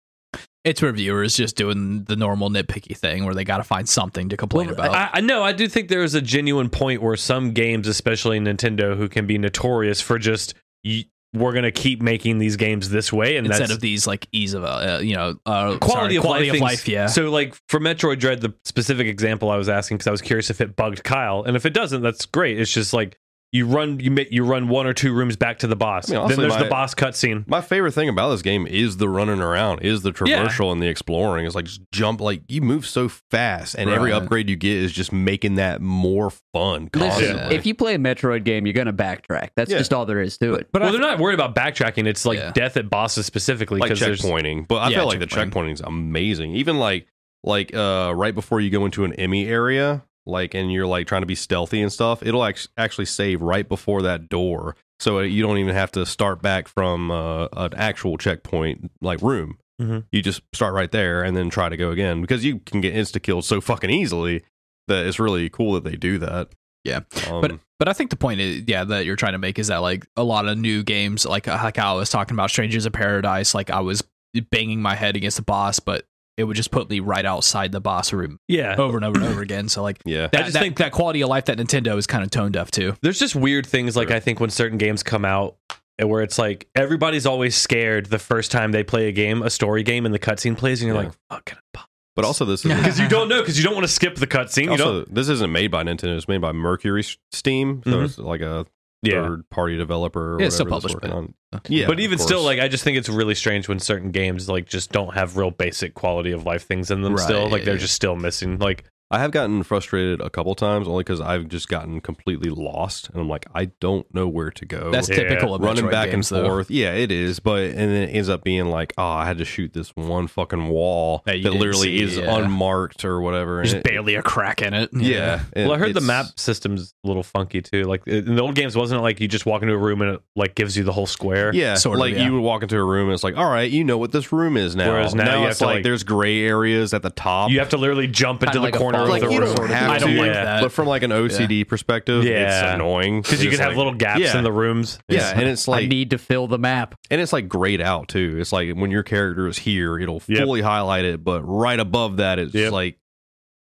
It's reviewers just doing the normal nitpicky thing where they got to find something to complain about.
I, I know. I do think there is a genuine point where some games, especially Nintendo, who can be notorious for just y- we're going to keep making these games this way, and
instead
that's
of these like ease of uh, you know uh,
oh,
quality
sorry,
of
quality
life.
of
things.
life. Yeah.
So like for Metroid Dread, the specific example I was asking because I was curious if it bugged Kyle, and if it doesn't, that's great. It's just like you run you ma- you run one or two rooms back to the boss.
I mean, honestly,
then there's
my-
the boss cutscene.
My favorite thing about this game is the running around, is the traversal and the exploring. It's like just jump, like you move so fast, and every
Right.
upgrade you get is just making that more fun. Constantly.
Listen, if you play a Metroid game, you're gonna backtrack. That's
Yeah.
just all there is to it.
But well, they're not worried about backtracking. It's like
Yeah.
death at bosses specifically
like
because there's
checkpointing. But I
Yeah,
feel like the
checkpointing.
checkpointing is amazing. Even like like uh right before you go into an Emmy area, like and you're like trying to be stealthy and stuff, it'll act- actually save right before that door, so uh, you don't even have to start back from uh, an actual checkpoint like room.
Mm-hmm.
Mhm.
You just start right there and then try to go again because you can get insta killed so fucking easily that it's really cool that they do that.
Yeah.
um,
But but I think the point is yeah that you're trying to make is that like a lot of new games like uh, like I was talking about Strangers of Paradise like I was banging my head against the boss but it would just put me right outside the boss room
yeah.
Oh,
over and over and over again so like
yeah,
that,
just
that-
think-
that quality of life that Nintendo is kind of tone deaf to
there's just weird things like I think when certain games come out and where it's like everybody's always scared the first time they play a game, a story game, and the cutscene plays, and you're
Yeah.
like, fuck it.
but also this is
Because you don't know, because you don't want to skip the cutscene. You don't.
Also, this isn't made by Nintendo. It's made by Mercury S- Steam, so
Mm-hmm.
Mhm.
it's like a
Yeah.
third-party developer. Or
Yeah, it's still
whatever that's
published,
working on. Yeah,
but
of
even still,
course.
like I just think it's really strange when certain games like just don't have real basic quality of life things in them. Still,
Right.
like they're just still missing. Like
I have gotten frustrated a couple times only because I've just gotten completely lost, and I'm like, I don't know where to go.
that's
Yeah.
typical of
running
Metroid
back
games,
and
though.
forth. Yeah, it is, but and then it ends up being like, oh, I had to shoot this one fucking wall
That
that,
you didn't
literally
see,
is
yeah.
unmarked or whatever.
There's
and it-
barely a crack in it
yeah.
well,
and
I heard the
it's-
map system's a little funky too. Like eh, in the old games, wasn't it like you just walk into a room and it like gives you the whole square?
Yeah,
Sort of,
like
yeah.
you would walk into a room and it's like, all right, you know what this room is now.
Whereas now you
it's
have to,
like,
like-
there's gray areas at the top.
You have to literally jump
Kinda
into the
like a Fallout
corner of
like
the
you
room.
don't have
I don't
to,
like
Yeah.
that
but from like an OCD perspective,
Yeah.
it's annoying
because you
It's
can have
like-
little gaps
yeah.
in the rooms.
Yeah, and it's
I
like
need to fill the map.
and it's like grayed out too. It's like when your character is here, it'll
Yep.
fully highlight it, but right above that, it's
Yep.
like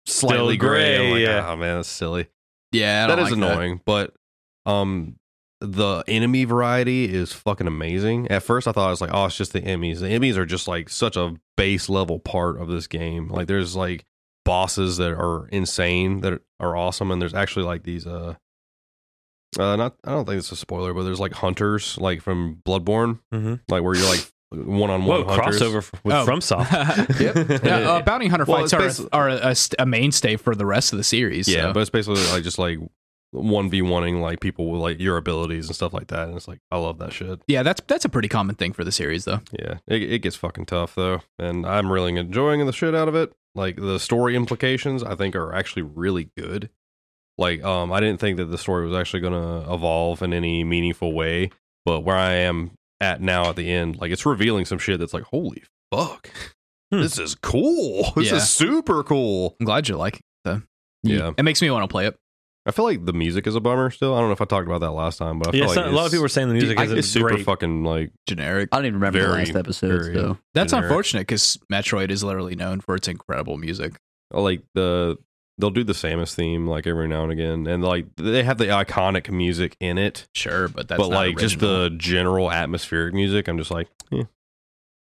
slightly
Still
gray.
gray,
I'm like,
yeah.
oh man, that's silly.
yeah I
That
don't
is
like
annoying, but um, the enemy variety is fucking amazing. At first, I thought it was like, oh, it's just the enemies. The enemies are just like such a base level part of this game. Like, there's like bosses that are insane that are awesome, and there's actually like these uh. Uh, not I don't think it's a spoiler, but there's like hunters, like from Bloodborne,
Mhm.
like where you're like one on
Whoa,
one hunters.
crossover f- with
Oh.
FromSoft.
that.
And
Yeah,
it-
uh, bounty hunter
Well,
fights
it's
are,
basi-
a, are a, st- a mainstay for the rest of the series.
Yeah,
so.
but it's basically like just like one v oneing like people with like your abilities and stuff like that, and it's like I love that shit.
yeah, that's that's a pretty common thing for the series, though.
Yeah, it, it gets fucking tough though, and I'm really enjoying the shit out of it. Like the story implications, I think are actually really good. Like, um, I didn't think that the story was actually gonna evolve in any meaningful way, but where I am at now at the end, like it's revealing some shit that's like, holy fuck,
Hmm.
this is cool. This
Yeah.
is super cool.
I'm glad you like it. Though.
Yeah.
it makes me want to play it.
I feel like the music is a bummer still. I don't know if I talked about that last time, but I feel
Yeah, it's
like
not- a lot of people are saying the music
I-
isn't
it's super
great.
fucking like
Generic.
I don't even remember
Very,
the last episode.
very-
So
That's
generic.
unfortunate because Metroid is literally known for its incredible music.
uh, like the they'll do the Samus theme like every now and again, and like they have the iconic music in it,
Sure, but that's
but
not
like just
original.
the general atmospheric music, I'm just like, eh,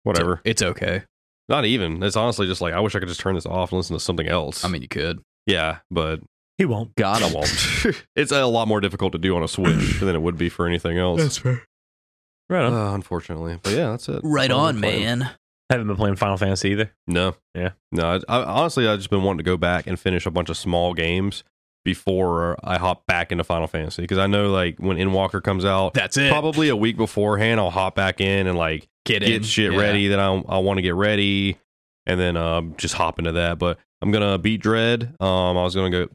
whatever.
It's okay.
not even. It's honestly just like I wish I could just turn this off and listen to something else.
I mean, you could.
yeah, but
He won't.
God,
I won't. it's a lot more difficult to do on a Switch than it would be for anything else.
fair.
Right on.
Uh, unfortunately, but yeah, that's it.
Right
That's all I've
on,
been playing.
man.
Haven't been playing Final Fantasy either.
No.
Yeah.
No. I, I, honestly, I've just been wanting to go back and finish a bunch of small games before I hop back into Final Fantasy because I know like when Inwalker comes out,
That's it.
probably a week beforehand, I'll hop back in and like
Get, in.
get shit
Yeah.
ready that I I want to get ready, and then um just hop into that. But I'm gonna beat Dread. Um, I was gonna go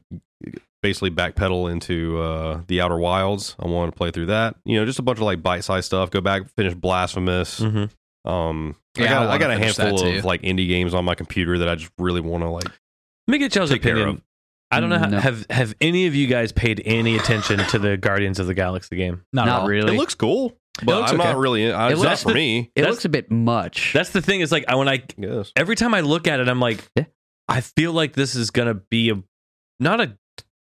basically backpedal into uh the Outer Wilds. I want to play through that. You know, just a bunch of like bite sized stuff. Go back, finish Blasphemous.
Mm-hmm.
Um,
Yeah,
I got
I
I,
wanna
got a
finish
handful
that
of
too.
like indie games on my computer that I just really want to like
Let me get y'all's
Take care
opinion.
of.
I don't know. How,
No.
Have have any of you guys paid any attention to the Guardians of the Galaxy game?
Not, at
Not
all.
really.
It looks cool, but
looks
I'm
okay.
not really. in- uh,
It
It's
looks-
not for me.
it
that's-
looks a bit much.
That's the thing. Is like I when I
Yes.
every time I look at it, I'm like,
Yeah.
I feel like this is gonna be a not a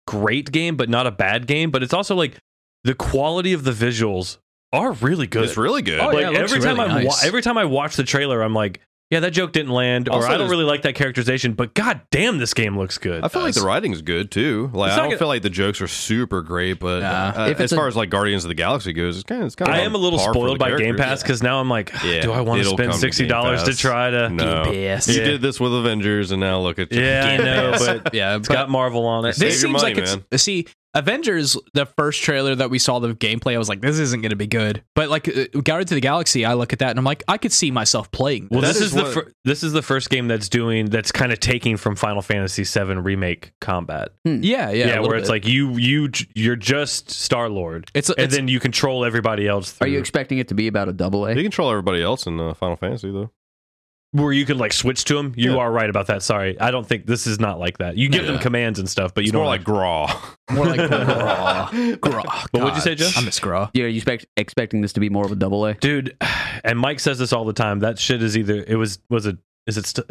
great game, but not a bad game. But it's also like the quality of the visuals are really good.
It's really good.
Oh,
like
yeah, it looks
every time
really
I
nice.
every time I watch the trailer, I'm like, yeah, that joke didn't land, or
Also,
I don't
there's-
really like that characterization. But god damn, this game looks good.
I feel like
does.
the writing's good too. Like
It's
I
not
don't
gonna-
feel like the jokes are super great, but
Nah.
uh,
If
as
it's a-
far as like Guardians of the Galaxy goes, it's kind of it's kind of.
I am a little spoiled by Game Pass because now I'm like,
Yeah,
do I want to
it'll
spend
come to
sixty dollars
Game
to
Pass.
try to?
No,
Yes.
you
Yeah.
did this with Avengers, and now look at you.
Yeah, I know, but
Yeah,
it's
but-
got Marvel on it.
Save
this
your
seems
money,
like it's see Avengers. The first trailer that we saw the gameplay, I was like, this isn't going to be good. But like uh, Guardians of the Galaxy, I look at that and I'm like, I could see myself playing.
Well,
That
this is,
is
the
what-
fir- this is the first game that's doing that's kind of taking from Final Fantasy VII remake combat.
yeah, yeah, a
where
little
it's
bit.
like you you j- you're just Star Lord,
it's,
and
it's
then you control everybody else.
Are
Through,
you expecting it to be about a double
You
A?
control everybody else in uh, Final Fantasy though.
where you can like switch to them? You
Yeah.
are right about that. Sorry, I don't think this is not like that. You give them
Yeah.
commands and stuff, but you
It's
don't
more like Graw.
more like Graw. Graw.
But what'd you
oh, God,
say, Jeff?
I miss Graw.
Yeah, you expect expecting this to be more of a double A?
dude. And Mike says this all the time. That shit is either it was was it is it st-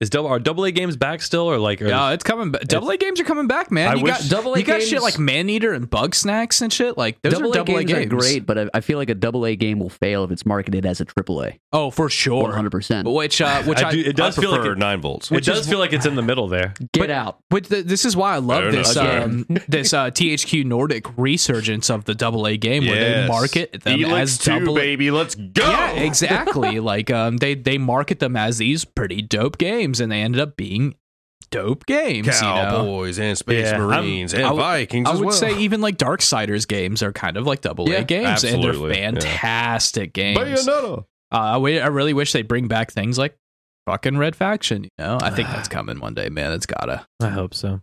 is double are double A games back still or like or
Yeah, it's coming. back. Double A games are coming back, man.
I
you
wish-
got
Double A
you got
games-
shit like Man Eater and Bug Snacks and shit. Like those
double
are double
A
A
games,
games.
are great, but I, I feel like a double A game will fail if it's marketed as a triple A.
Oh, for
One
sure.
hundred percent.
But Which uh, which
I
I,
do- it does
I
feel like
prefer
it-
nine volts.
it
Which
does
is-
feel like it's in the middle there.
Get
but-
out.
But th this is why I love
Fair
this
enough.
um, this uh, THQ Nordic resurgence of the double A game where they
Yes.
market them
Elix
as
two,
double. A.
baby. Let's go.
Yeah, exactly. like um, they they market them as these pretty dope games, and they ended up being dope games. You know?
Cowboys and Space
Yeah, I'm-
Marines and
I would-
Vikings
I
as
would
well.
say even like Darksiders games are kind of like double
Yeah,
A games, and
absolutely,
they're
yeah.
fantastic games.
Bayonetta.
Uh, I, wi- I really wish they bring back things like fucking Red Faction. You know, I think that's coming one day, man. It's gotta.
I hope so.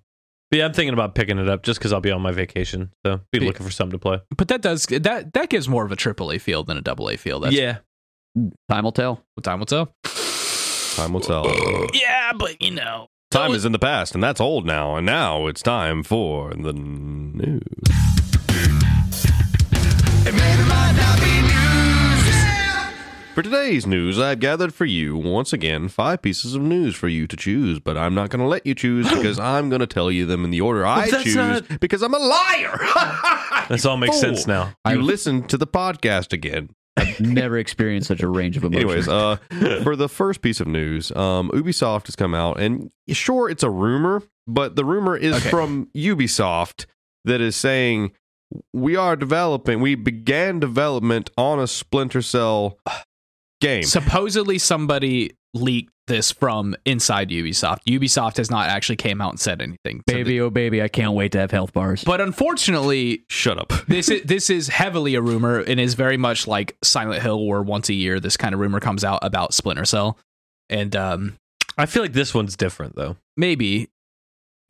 But yeah, I'm thinking about picking it up just because I'll be on my vacation. So be
Yeah.
looking for something to play.
But that does that that gives more of a triple A feel than a double A feel. That's
yeah.
Time will tell.
What time will tell?
Time will tell.
Yeah, but you know.
Time is in the past, and that's old now. And now it's time for the news. For today's news, I've gathered for you once again five pieces of news for you to choose, but I'm not going to let you choose because I'm going to tell you them in the order I
that's
choose
not-
because I'm a liar.
This all makes
Fool.
sense now.
You listened to the podcast again.
I've never experienced such a range of emotions.
Anyways, uh, for the first piece of news, um, Ubisoft has come out, and sure, it's a rumor, but the rumor is
Okay.
from Ubisoft that is saying we are developing, we began development on a Splinter Cell game.
Supposedly somebody leaked this from inside Ubisoft. Ubisoft has not actually came out and said anything. So
baby, oh baby, I can't wait to have health bars.
th- but unfortunately,
Shut up.
this is this is heavily a rumor and is very much like Silent Hill where once a year this kind of rumor comes out about Splinter Cell. And um
I feel like this one's different though.
maybe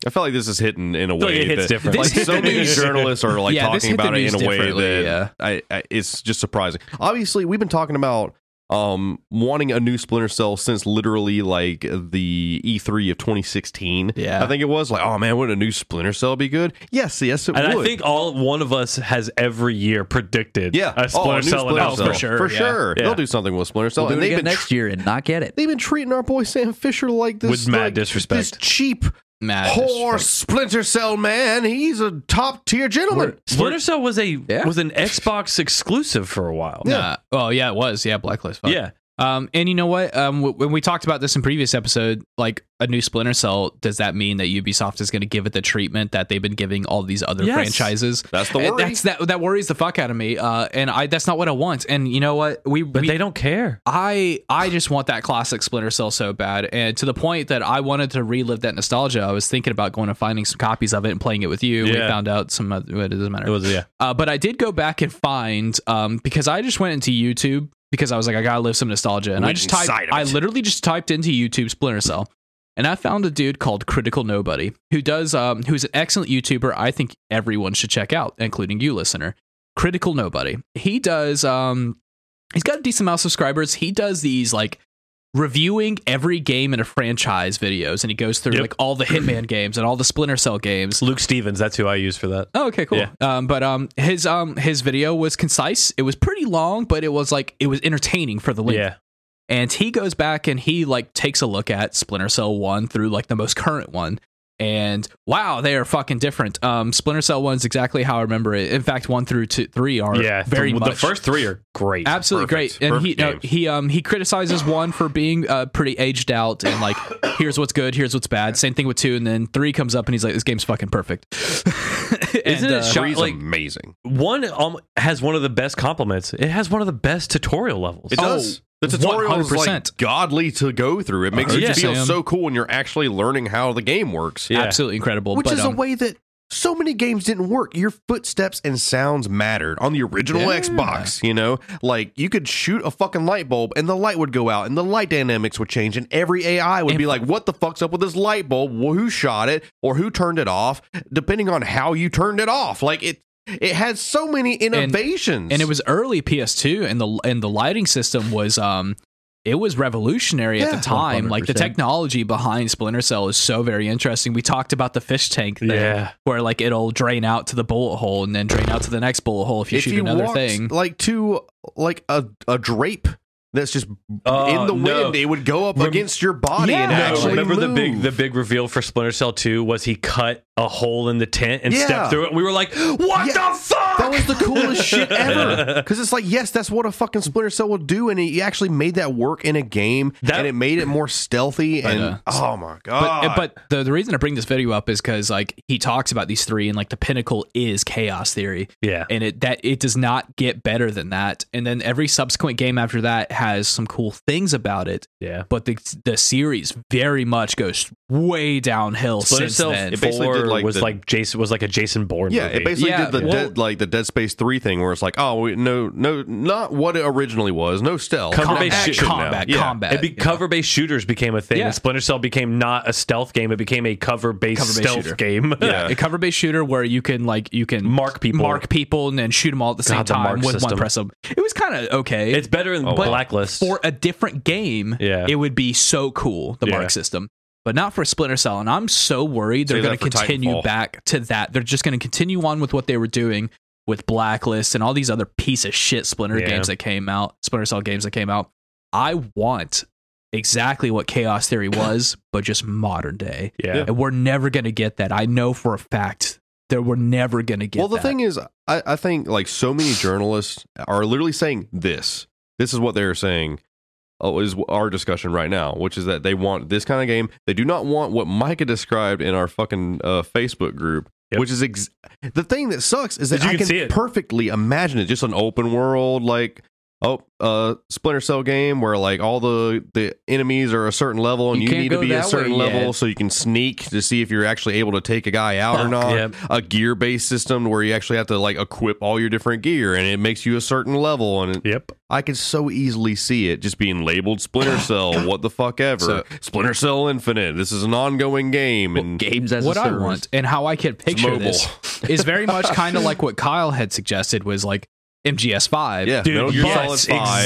I felt like this is hitting in a
feel
way
like it hits
that,
different.
Like
This hit
so
the
many
news-
journalists are like
Yeah, this
talking
hit the
about it
news
in a way
differently,
that
yeah.
I, I, it's just surprising. Obviously, we've been talking about um, wanting a new Splinter Cell since literally like the E3 of 2016.
Yeah.
I think it was like, oh man, would a new Splinter Cell be good? Yes, yes, it
And
would.
I think all one of us has every year predicted
yeah,
a
oh, new
Splinter Cell
Splinter
announcement.
Cell.
for sure,
for
yeah.
sure.
Yeah.
They'll do something with Splinter Cell,
We'll do
and
it
they've
again
been
next year and not get it.
they've been treating our boy Sam Fisher like this
With mad
like,
disrespect.
This cheap
Matt
whore Splinter Cell man. He's a top tier gentleman.
Splinter Cell was a
Yeah.
was an Xbox exclusive for a while.
Yeah. Uh, oh yeah, it was. Yeah, Blacklist. Fuck.
Yeah.
Um, and you know what? Um, w- when we talked about this in previous episode, like a new Splinter Cell, does that mean that Ubisoft is going to give it the treatment that they've been giving all these other
Yes.
franchises?
That's the
And
worry.
That's that that worries the fuck out of me. Uh, and I that's not what I want. And you know what? We
But
we,
they don't care.
I I just want that classic Splinter Cell so bad, and to the point that I wanted to relive that nostalgia. I was thinking about going and finding some copies of it and playing it with you. We
Yeah.
found out some. Other, it doesn't matter.
It was yeah.
Uh, but I did go back and find um, because I just went into YouTube because I was like, I gotta live some nostalgia, and I
Went
just
inside
typed.
of
I
it.
literally just typed into YouTube Splinter Cell, and I found a dude called Critical Nobody who does um, who's an excellent YouTuber. I think everyone should check out, including you, listener. Critical Nobody. He does. Um, he's got a decent amount of subscribers. He does these like reviewing every game in a franchise videos, and he goes through
Yep.
like all the Hitman games and all the Splinter Cell games.
Luke Stevens. That's who I use for that.
Oh, okay, cool.
Yeah.
Um, but um, his um, his video was concise. It was pretty long, but it was like it was entertaining for the length.
Yeah.
And he goes back and he like takes a look at Splinter Cell one through like the most current one. And wow, they are fucking different. Um, Splinter Cell one's exactly how I remember it. In fact, one through two, three are
yeah.
very
the,
much
the first three are great.
absolutely
perfect.
great. And
Perfect
he no,
games.
he um he criticizes one for being uh, pretty aged out and like here's what's good, here's what's bad. Same thing with two, and then three comes up and he's like, this game's fucking perfect. uh,
Isn't it shocking?
Three's
like-
amazing.
One um, has one of the best compliments. It has one of the best tutorial levels.
It
Oh,
does. The tutorial is like
100%.
godly to go through. It makes
heard
you
you,
feel
Oh, Sam.
so cool when you're actually learning how the game works.
Yeah.
Absolutely incredible.
Which
but,
is
um,
a way that so many games didn't work. Your footsteps and sounds mattered on the original
Yeah.
Xbox, you know? Like you could shoot a fucking light bulb and the light would go out and the light dynamics would change and every AI would
And-
be like, "What the fuck's up with this light bulb? Well, who shot it or who turned it off?" Depending on how you turned it off. Like it it had so many innovations.
and it was early PS2, and the and the lighting system was um, it was revolutionary at
Yeah.
the time. Like the
100%.
technology behind Splinter Cell is so very interesting. We talked about the fish tank thing,
Yeah.
where like it'll drain out to the bullet hole and then drain out to the next bullet hole if you
if
shoot
you
another
walked,
thing.
like to like a a drape that's just in
Oh,
the
no.
wind, it would go up
Rem-
against your body
Yeah.
and
No,
actually
remember the
move.
big the big reveal for Splinter Cell 2 was he cut a hole in the tent and
Yeah.
stepped through it. We were like, "What
Yeah.
the fuck?"
That was the coolest shit ever. Because it's like, yes, that's what a fucking Splinter Cell will do, and he actually made that work in a game,
That-
and it made it more stealthy. And
uh,
oh my god!
but, but the, the reason I bring this video up is because like he talks about these three and like the pinnacle is chaos theory
yeah.
and it that it does not get better than that and then every subsequent game after that has some cool things about it
Yeah.
but the the series very much goes way downhill
Splinter
since
Cell
then.
It basically
4
did like
was
the-
like Jason was like a Jason Bourne
yeah,
movie.
it basically
Yeah,
did the
well-
dead, like the Dead Space Three thing, where it's like, oh we- no, no, not what it originally was, no stealth,
Cover
no
based
action
shit.
now.
combat,
Yeah.
combat.
It be, cover based shooters became a thing.
Yeah.
And Splinter Cell became not a stealth game; it became a cover based
Cover-based
stealth
shooter.
game.
Yeah.
a cover based shooter where you can like you can
Mark people.
mark people, and then shoot them all at the same
God, the
time
mark
with
system.
one press up. It was kind of okay.
it's better than
Oh, wow.
Blacklist.
for a different game.
Yeah.
it would be so cool the
Yeah.
mark system, but not for Splinter Cell. And I'm so worried they're
Save
going
that
to
for
continue
Titanfall.
back to that. They're just going to continue on with what they were doing with Blacklist and all these other piece of shit Splinter
Yeah.
games that came out, Splinter Cell games that came out. I want exactly what Chaos Theory was, but just modern day.
yeah.
Yeah.
And we're never going to get that. I know for a fact that we're never going to get
well the
that.
thing is I, I think like so many journalists are literally saying this this is what they're saying uh, is our discussion right now which is that they want this kind of game they do not want what micah described in our fucking uh, facebook group
Yep.
which is ex- the thing that sucks is that
Is you
i
can
can,
see it.
perfectly imagine it just an open world like oh uh splinter cell game where like all the the enemies are a certain level and
You
you,
can't
need to
go
be a
that way
certain level
yet.
so you can sneak to see if you're actually able to take a guy out or not
Yep.
a gear based system where you actually have to like equip all your different gear and it makes you a certain level and it,
Yep.
I could so easily see it just being labeled Splinter Cell what the fuck ever
So-
Splinter Cell Infinite this is an ongoing game and
games as
what
a
I
service.
want and how I can picture
mobile.
this is very much kind of like what Kyle had suggested was like MGS5.
yeah
Dude,
Metal Gear
but-
Solid 5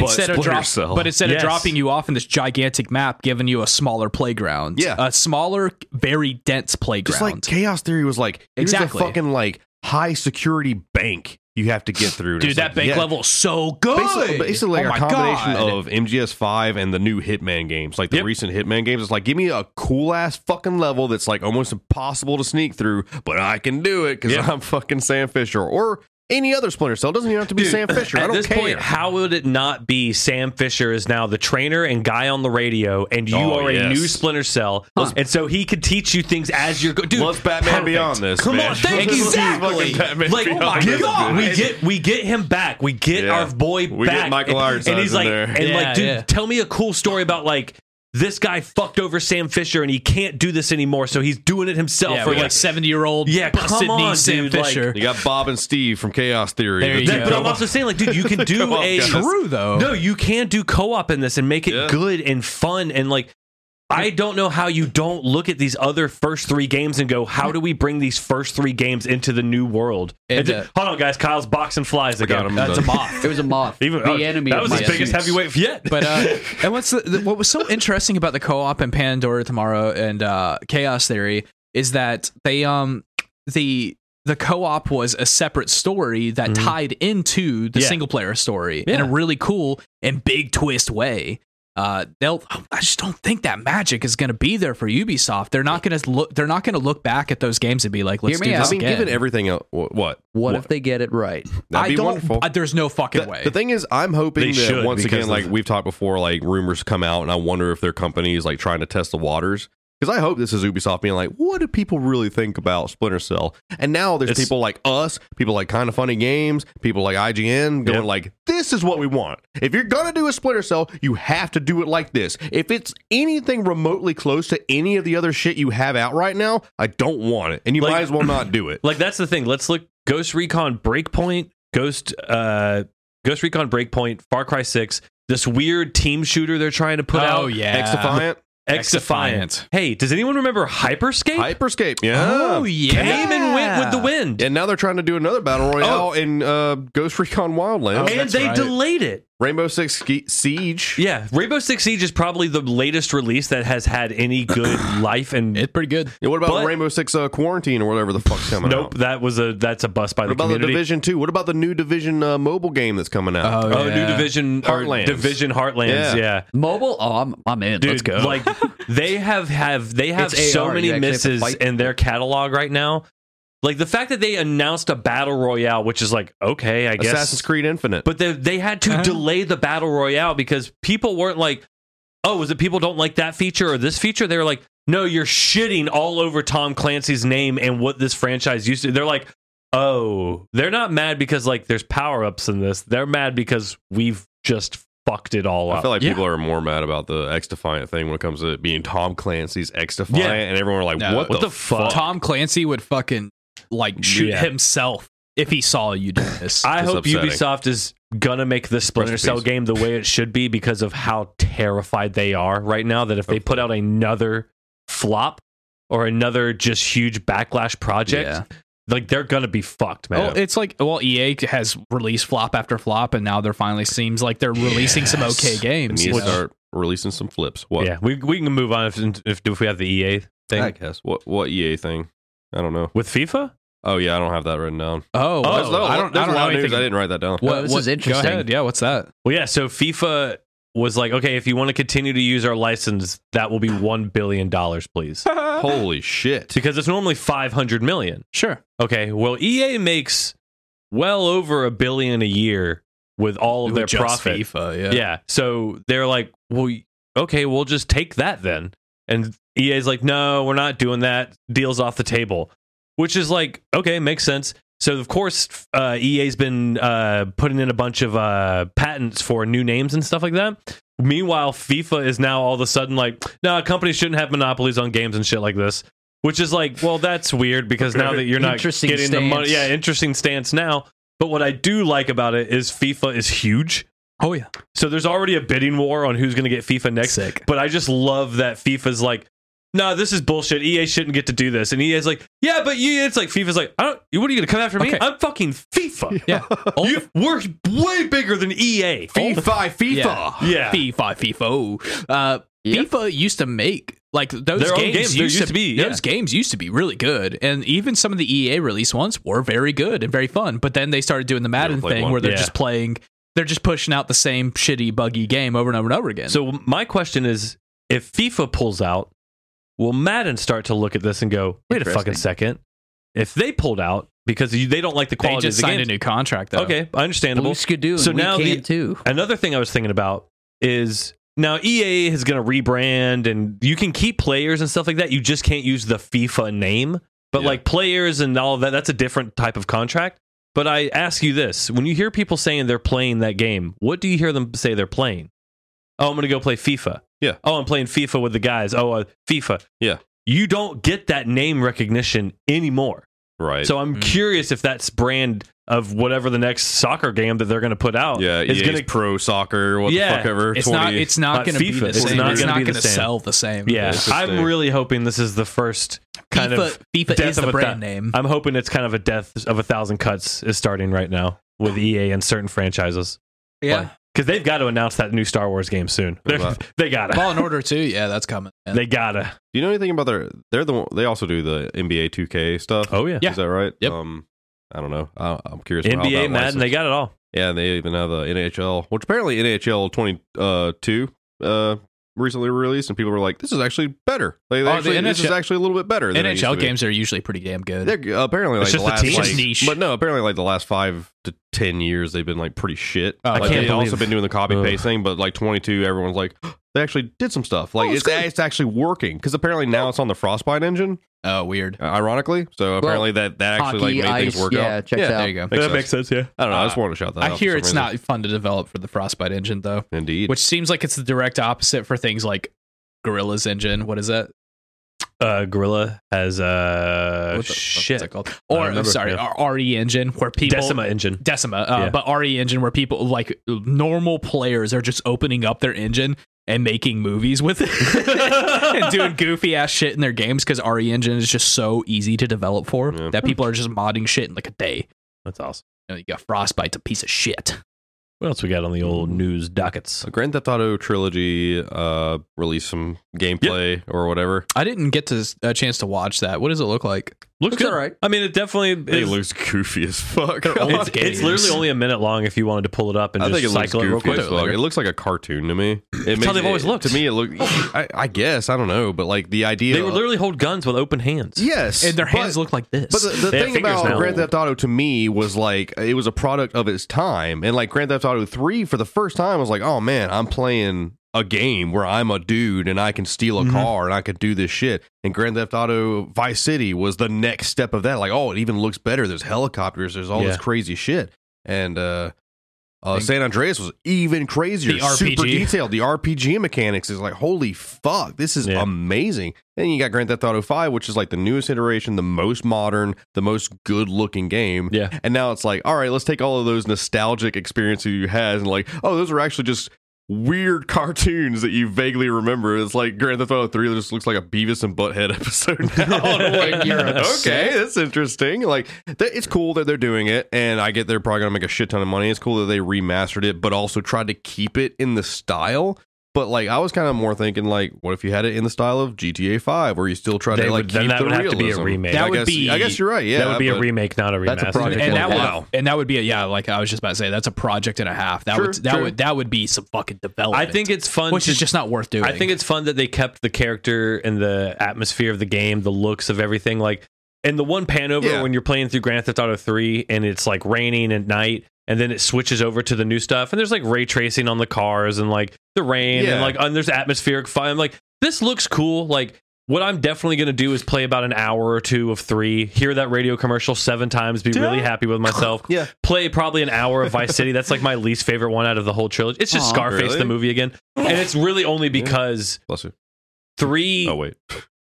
but
But instead, of
Splinter
drop,
Cell.
but instead
Yes.
of dropping you off in this gigantic map, giving you a smaller playground,
Yeah.
a smaller, very dense playground.
just like Chaos Theory was like here's
Exactly.
a fucking like high security bank you have to get through And
Dude,
it's
that
like,
bank
yeah,
level is so good.
Basically, basically like a
Oh my
combination
God.
of MGS5 and the new Hitman games, like the
Yep.
recent Hitman games. It's like, give me a cool ass fucking level that's like almost impossible to sneak through, but I can do it because
Yep.
I'm fucking Sam Fisher or any other Splinter Cell. It doesn't even have to be
Dude,
Sam Fisher. I
At
don't
this
care.
point, how would it not be Sam Fisher is now the trainer and guy on the radio, and you
Oh,
are
yes.
a new Splinter Cell, and so he could teach you things as you're going. Dude,
Let's Batman
perfect.
Beyond this,
Come
man.
on, thank
Let's
you.
fucking Batman
Like,
Beyond
oh my
this,
god,
dude.
we get we get him back. We get
Yeah.
our boy
We get
back.
Michael
and, and
Ironsides
he's
in
like,
there.
and
Yeah,
like, dude,
yeah.
tell me a cool story about like. This guy fucked over Sam Fisher and he can't do this anymore, so he's doing it himself.
yeah,
or
we're
like,
like 70 year old
Yeah,
busted
come on,
knee Sam
dude, like-
Fisher.
You got Bob and Steve from Chaos Theory.
There
The
you
two
go.
that, but I'm
co-op-
also saying, like, dude, you can do
Come on,
a
guys.
True, though.
No, you can do co-op in this and make it
Oh. Yeah.
good and fun and like I don't know how you don't look at these other first three games and go, how do we bring these first three games into the new world?
And,
And
uh,
hold on, guys. Kyle's boxing flies
We got
again.
him.
That's a moth.
It was a moth.
Even,
the
oh,
enemy. of
That was
my
his biggest
suits.
heavyweight yet.
But uh, and what's the, the, what was so interesting about the co-op and Pandora Tomorrow and uh, Chaos Theory is that they um the the co-op was a separate story that
Mm-hmm.
Mhm.
tied into the
Yeah.
single player story in
Yeah.
a really cool and big twist way. Uh, they'll. I just don't think that magic is going to be there for Ubisoft. They're not going to look. They're not going to look back at those games and be like, "Let's
Hear
do
me
this
out.
I mean,
again."
given everything, el- wh- what?
What if they get it right?
That'd
I
be
don't.
wonderful.
uh, there's no fucking
the,
way.
the thing is, I'm hoping
They
that
should,
once
because
again, like
of-
we've talked before, like rumors come out, and I wonder if their company is like trying to test the waters. Because I hope this is Ubisoft being like, what do people really think about Splinter Cell? And now there's
It's-
people like us, people like Kind of Funny Games, people like IGN going
Yep.
like, this is what we want. If you're gonna do a Splinter Cell, you have to do it like this. If it's anything remotely close to any of the other shit you have out right now, I don't want it, and you
Like-
might as well not do it.
Like that's the thing. Let's look Ghost Recon Breakpoint, Ghost uh Ghost Recon Breakpoint, Far Cry 6, this weird team shooter they're trying to put
oh
out.
yeah,
X Defiant,
X Defiant. Hey, does anyone remember Hyperscape?
Hyperscape, yeah.
Oh yeah,
Came and went with the wind.
And now they're trying to do another battle
Oh.
royale in uh, Ghost Recon Wildlands,
Oh.
and
that's
they
right.
delayed it.
Rainbow Six Ski- Siege.
Yeah, Rainbow Six Siege is probably the latest release that has had any good life. And
It's pretty good.
And What about
But-
Rainbow Six uh, Quarantine or whatever the fuck's coming
nope,
out?
that was a that's a bust
What
by the
about the
community.
Division Two? What about the new Division uh, mobile game that's coming out?
oh, new division or
Heartlands.
division Heartlands.
Yeah.
yeah.
Mobile? Oh, I'm, I'm in.
Dude,
Let's go.
Like they have have they have
It's
so
AR, you actually
many
have to
misses
fight.
in their catalog right now. Like the fact that they announced a battle royale, which is like okay, I guess.
Assassin's Creed Infinite.
But they they had to
Uh-huh.
delay the battle royale because people weren't like, oh, is it people don't like that feature or this feature? They were like, no, you're shitting all over Tom Clancy's name and what this franchise used to. They're like, oh, they're not mad because like there's power ups in this. They're mad because we've just fucked it all up.
I feel like
Yeah.
people are more mad about the X Defiant thing when it comes to it being Tom Clancy's X Defiant,
Yeah.
and everyone are like,
No.
"What,
What
the,
the fuck?
Tom Clancy would fucking like shoot
Yeah.
himself if he saw you do this.
I
It's
hope
upsetting.
Ubisoft is gonna make the Splinter
Rest in
Cell
peace.
game the way it should be because of how terrified they are right now that if they put out another flop or another just huge backlash project, like they're gonna be fucked,
Oh,
man.
it's like well, EA has released flop after flop, and now they're finally seems like they're releasing some
Yes.
okay
They
games.
need
you
to
know?
start releasing some flips. What?
yeah, we we can move on if if, if we have the EA
I
thing
guess. What? What EA thing? I don't know.
with FIFA.
Oh yeah, I don't have that written down.
Oh,
Oh,
There's no-
I don't.
there's
I don't
a
know
lot of news.
anything.
I didn't write that down.
Oh, this is interesting.
Go ahead. Yeah, what's that?
Well, yeah, so FIFA was like, okay, if you want to continue to use our license, that will be one billion dollars, please,
Holy shit!
because it's normally five hundred million.
Sure.
Okay, well, EA makes well over a billion a year with all of their
Just
profit.
FIFA,
Yeah. so they're like, well, y- okay, we'll just take that then. And EA's like, no, we're not doing that. Deal's off the table, which is like, okay, makes sense. So of course, f- uh, EA's been uh, putting in a bunch of uh, patents for new names and stuff like that. Meanwhile, FIFA is now all of a sudden like, no, companies shouldn't have monopolies on games and shit like this. Which is like, well, that's weird because now that you're not
Interesting
getting the money, yeah,
stance.
interesting stance now. But what I do like about it is FIFA is huge.
Oh yeah.
So there's already a bidding war on who's going to get FIFA next.
Sick.
But I just love that FIFA's like, no, nah, this is bullshit. EA shouldn't get to do this. And EA's like, yeah, but you, it's like FIFA's like, I don't. What are you going to come after me?
Okay.
I'm fucking FIFA.
Yeah. All
You, we're way bigger than E EA.
FIFA, FIFA.
Yeah.
Yeah,
FIFA, FIFA. Uh,
Yep.
FIFA used to make like those
Their own
games,
games, there
used, to, be
yeah.
those games used to be really good, and even some of the EA release ones were very good and very fun. But then they started doing the Madden
played
thing
one.
where they're
Yeah.
just playing, they're just pushing out the same shitty buggy game over and over and over again.
So my question is, if FIFA pulls out, will Madden start to look at this and go, wait a fucking second? If they pulled out because you, they don't like the
they
quality
just
of the
signed
game,
a new contract. Though.
okay, understandable.
Blue Skidoo.
So
So now
now
we can
the-
too.
Another thing I was thinking about is now E EA is going to rebrand and you can keep players and stuff like that. You just can't use the FIFA name, but
Yeah.
like players and all that, that's a different type of contract. But I ask you this when you hear people saying they're playing that game, what do you hear them say they're playing? Oh, I'm going to go play FIFA.
Yeah.
Oh, I'm playing FIFA with the guys. Oh, uh, FIFA.
Yeah.
You don't get that name recognition anymore.
Right. Mm-hmm.
So I'm
Mm.
curious if that's brand of whatever the next soccer game that they're going to put
Oh,
out
Yeah, E
is
EA's
going to
pro soccer, what
Yeah,
the fuck ever.
It's not.
20
It's not,
not
going to be
FIFA.
the
It's
same.
not
It's
gonna
not
be
going
the
to
same.
sell the same.
Yeah,
Interesting.
I'm really hoping this is the first kind
FIFA,
of
FIFA
death
is
of
the
a
brand
thou-
name.
I'm hoping it's kind of a death of a thousand cuts is starting right now with EA and certain franchises.
yeah.
Because they've got to announce that new Star Wars game soon.
What
They're-
about-
They gotta.
Ball and Order too. Yeah, that's coming. man.
They gotta.
do you know anything about their? They're the one, they also do the NBA 2K stuff.
Oh yeah.
Is that right?
Yep.
Um, I don't know. I, I'm curious. about how
NBA
that
Madden. They
license-
got it all.
yeah, and they even have the NHL, which apparently NHL 22 uh, recently released, and people were like, "This is actually better. Like, they
Oh, the
actually, this is
NHL
actually a little bit better." Than it used to
NHL
be.
games are usually pretty damn good.
They're apparently like
It's just
the
the
last
teams.
like,
It's
niche.
but no, apparently like the last five to ten years they've been like pretty shit.
Oh, I
Like,
can't
They've also
believe-
been doing the copy
Ugh.
paste thing, but like twenty two, everyone's like they actually did some stuff. Like
Oh,
it's
it's good.
it's actually working because apparently now it's on the Frostbite engine,
Oh, weird.
uh, ironically. So apparently that that actually like made
Hockey,
things
ice,
work
yeah,
out.
checks
yeah,
out.
There you go.
Makes sense.
sense. Yeah.
I don't know. I just wanted to shout that.
I
out for
hear
some
it's
reason.
not fun to develop for the Frostbite engine though,
indeed.
which seems like it's the direct opposite for things like Gorilla's engine. What is that?
Uh, Gorilla has uh
What the fuck
shit.
is that called?
I don't
Or I'm
remember.
sorry,
Yeah.
our RE engine where people
Decima engine.
Decima, uh,
Yeah.
but RE engine where people like normal players are just opening up their engine and making movies with it and doing goofy ass shit in their games because RE engine is just so easy to develop for
Yeah.
that people are just modding shit in like a day.
That's awesome.
You, know, you got Frostbite's a piece of shit.
What else we got on the old news dockets?
The Grand Theft Auto trilogy uh released some gameplay or whatever.
I didn't get to s- a chance to watch that. What does it look like?
Looks
Looks
good.
alright.
I mean, it definitely.
They
is-
look goofy as fuck.
it's,
games.
it's literally only a minute long if you wanted to pull it up and
I
just
think it looks
cycle it real
goofy
quick.
as fuck. It looks like a cartoon to me. It That's
how they've always looked.
To me, it looked. I, I guess I don't know, but like the idea.
They would literally hold guns with open hands.
yes,
And their hands
but,
look like this.
But the, the
They have
thing
fingers
about
now.
Grand Theft Auto to me was like it was a product of its time, and like Grand Theft Auto Three for the first time I was like, oh man, I'm playing a game where I'm a dude and I can steal a
Mhm.
car and I could do this shit. And Grand Theft Auto Vice City was the next step of that. Like, oh, it even looks better. There's helicopters. There's all
Yeah.
this crazy shit. And uh, uh,
Think-
San Andreas was even crazier.
The
Super
RPG.
detailed. The RPG mechanics is like, holy fuck, this is
Yeah.
amazing. Then you got Grand Theft Auto 5, which is like the newest iteration, the most modern, the most good looking game.
Yeah.
And now it's like, all right, let's take all of those nostalgic experiences you had and like, oh, those are actually just weird cartoons that you vaguely remember. It's like Grand Theft Auto 3 just looks like a Beavis and Butthead episode now. I'm like, you're okay, that's interesting. Like, th- it's cool that they're doing it, and I get they're probably going to make a shit ton of money. It's cool that they remastered it, but also tried to keep it in the style. But like, I was kind of more thinking like, what if you had it in the style of GTA 5, where you still try
They
to like
would-
keep
then that
the
would have to be a
realism?
remake.
That
I
would
guess,
be-
I guess you're right. Yeah,
that would be a
but-
remake, not a remaster.
That's a project
and
Oh,
that would
Wow.
and that would be a, yeah, like I was just about to say, that's a project and a half. That
Sure,
would that
sure.
would that would be some fucking
I
development.
think it's fun.
which
to,
is just not worth doing.
I think it's fun that they kept the character and the atmosphere of the game, the looks of everything. Like, and the one pan over
Yeah.
when you're playing through Grand Theft Auto 3 and it's like raining at night, and then it switches over to the new stuff, and there's like ray tracing on the cars and like the rain and
Yeah.
like and there's atmospheric fun. I'm like, this looks cool. Like, what I'm definitely going to do is play about an hour or two of three, hear that radio commercial seven times, be really happy with myself.
Yeah.
Play probably an hour of Vice City. That's like my least favorite one out of the whole trilogy. It's just
Aw.
Scarface
Really?
the movie again. And it's really only because
Bless you.
three
Oh wait,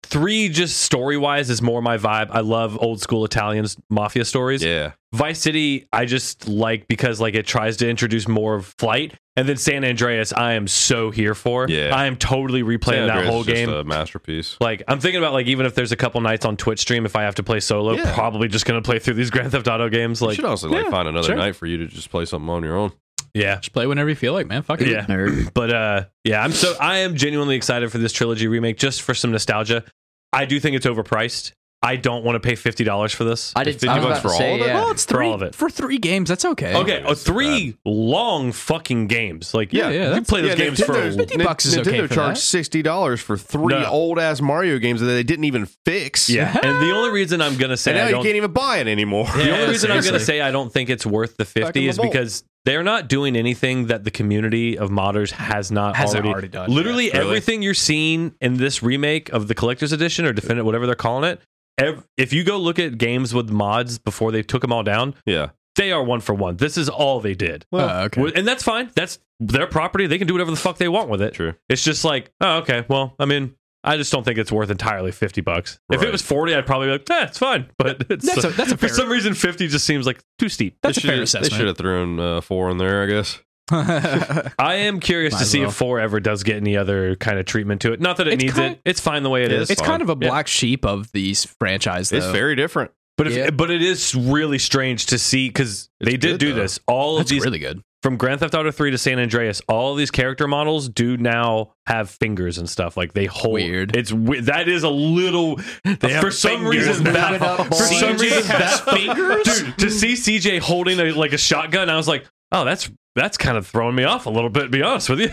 three just story wise is more my vibe. I love old school Italian s- mafia stories.
yeah,
Vice City, I just like because like it tries to introduce more of flight. And then San Andreas, I am so here for.
Yeah.
I am totally replaying
San
that
Andreas
whole
is just
game.
a masterpiece.
like I'm thinking about like even if there's a couple nights on Twitch stream, if I have to play solo,
Yeah.
probably just gonna play through these Grand Theft Auto games.
you
Like,
should also like
yeah,
find another
sure.
night for you to just play something on your own.
yeah,
just play whenever you feel like, man. Fuck it.
yeah.
Nerd.
But uh yeah, I'm so I am genuinely excited for this trilogy remake just for some nostalgia. I do think it's overpriced. I don't want to pay fifty dollars for this.
I did.
50
I was
bucks
about to
for all
say,
of it?
yeah.
Well, it's
For
three
all of it.
for three games. That's okay.
Okay,
Yeah,
uh,
it's
three long fucking games. Like
Yeah,
yeah,
yeah,
you
that's-
play those
Yeah,
games for
Nintendo's-
a,
Fifty bucks is
Nintendo
okay for
charged
that.
sixty dollars for three
No.
old ass Mario games that they didn't even fix.
yeah. And the only reason I'm gonna say
and now
I
you
don't,
can't even buy it anymore.
the only
Yeah,
reason I'm gonna
seriously.
say I don't think it's worth the
in
fifty
the
is
vault.
because they're not doing anything that the community of modders has not
Hasn't
already,
Uh, already done,
Literally
yeah. Really?
everything you're seeing in this remake of the collector's edition or definitive, whatever they're calling it. ev- if you go look at games with mods before they took them all down,
Yeah,
they are one for one. This is all they did.
Uh, okay.
Well, And that's fine. That's their property. They can do whatever the fuck they want with it.
True.
It's just like, oh, okay. Well, I mean, I just don't think it's worth entirely fifty bucks. If
Right.
it was forty, I'd probably be like, eh, it's fine. But it's,
That's a- that's a
for
fair-
some reason fifty just seems like too steep.
That's a
They
fair
shoulda- They should
assessment.
have thrown uh, four in there, I guess.
I am curious
Might
to
as
see
well.
if four ever does get any other kind of treatment to it. Not that it
It's
needs
kind-
it. It's fine the way it
Yeah,
is.
it's
fine.
kind of a
Yeah.
black sheep of these franchise, though.
It's very different.
But if,
Yeah.
but it is really strange to see because
It's
they did
good,
do
though.
this. All of
That's
these
really good.
from Grand Theft Auto 3 to San Andreas, all these character models do now have fingers and stuff. Like they hold.
Weird.
It's we- that is a little.
have
for some
fingers
reason,
now.
that,
Up,
for
boy.
some
CJ
reason,
has
that- Dude, to see CJ holding a, like a shotgun, I was like, oh, that's that's kind of throwing me off a little bit. To be honest with you,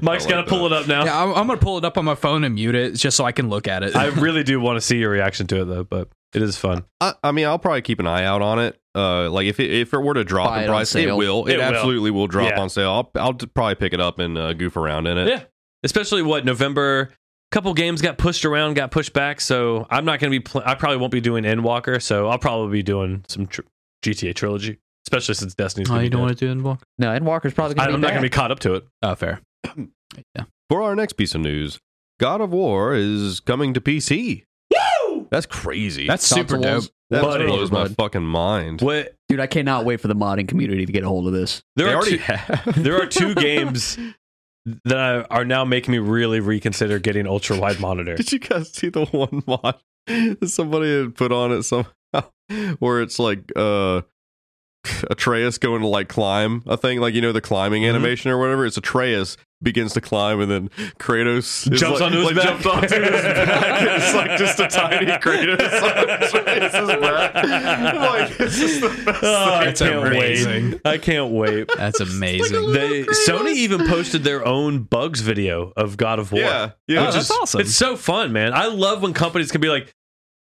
I
Mike's
like
got to pull it
that.
up now.
Yeah, I'm, I'm gonna pull it up on my phone and mute it just so I can look at it.
I really do want to see your reaction to it though, but it is fun.
I, I mean, I'll probably keep an eye out on it. Uh, like if it, if it were to drop
Buy
in
it on
price, it
sale.
will. It,
It will.
absolutely will, drop
Yeah.
on sale. I'll I'll d- probably pick it up and uh, goof around in it.
Yeah. Especially what November couple games got pushed around, got pushed back, so I'm not going to be pl- I probably won't be doing Endwalker, so I'll probably be doing some tr- GTA trilogy, especially since Destiny's
oh,
gonna
you
be
don't
dead.
want to do invoke?
No, and Walker's probably
I-
gonna
I'm
be
not
back.
going to be caught up to it.
Oh, fair.
For our next piece of news, God of War is coming to PC. Woo! That's crazy.
That's super
Console
dope.
wars.
that
Buddy.
blows my
Bud.
fucking mind.
What
Dude, I cannot wait for the modding community to get a hold of this.
there
they
are
already
two,
have.
there are two games that I- are now making me really reconsider getting ultra wide monitor.
Did you guys see the one mod that somebody had put on it somehow? Where it's like uh Atreus going to like climb a thing, like you know the climbing
Mhm.
animation or whatever. It's Atreus begins to climb and then Kratos is
Jumps
like,
onto his
like,
back.
jumps onto his back. and It's like just a tiny Kratos on Atreus's back. I'm like this is the best
Oh, I
thing
That's
can't
amazing.
wait. I can't wait.
That's amazing.
They, Sony even posted their own bugs video of God of War.
Yeah, yeah.
Which
Which Oh,
is
that's awesome.
It's so fun, man. I love when companies can be like,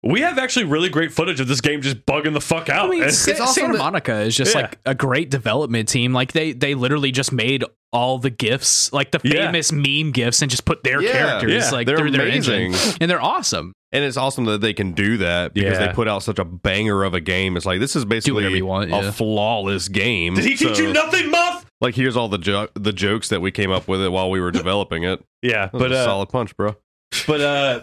we have actually really great footage of this game just bugging the fuck out.
I mean,
And-
Sa-
also
Santa
the-
Monica is just
Yeah.
like a great development team. Like they they literally just made all the gifs, like the
Yeah.
famous meme gifs, and just put their
Yeah.
characters
Yeah.
like
They're
through their engine.
amazing.
and they're awesome.
And it's awesome that they can do that because
Yeah.
they put out such a banger of a game. It's like this is basically
whatever you want,
a
yeah.
flawless game.
Did he teach
So-
you nothing, Muff?
Like here's all the jo- the jokes that we came up with it while we were developing it.
Yeah,
But
but uh,
solid punch, bro.
but uh,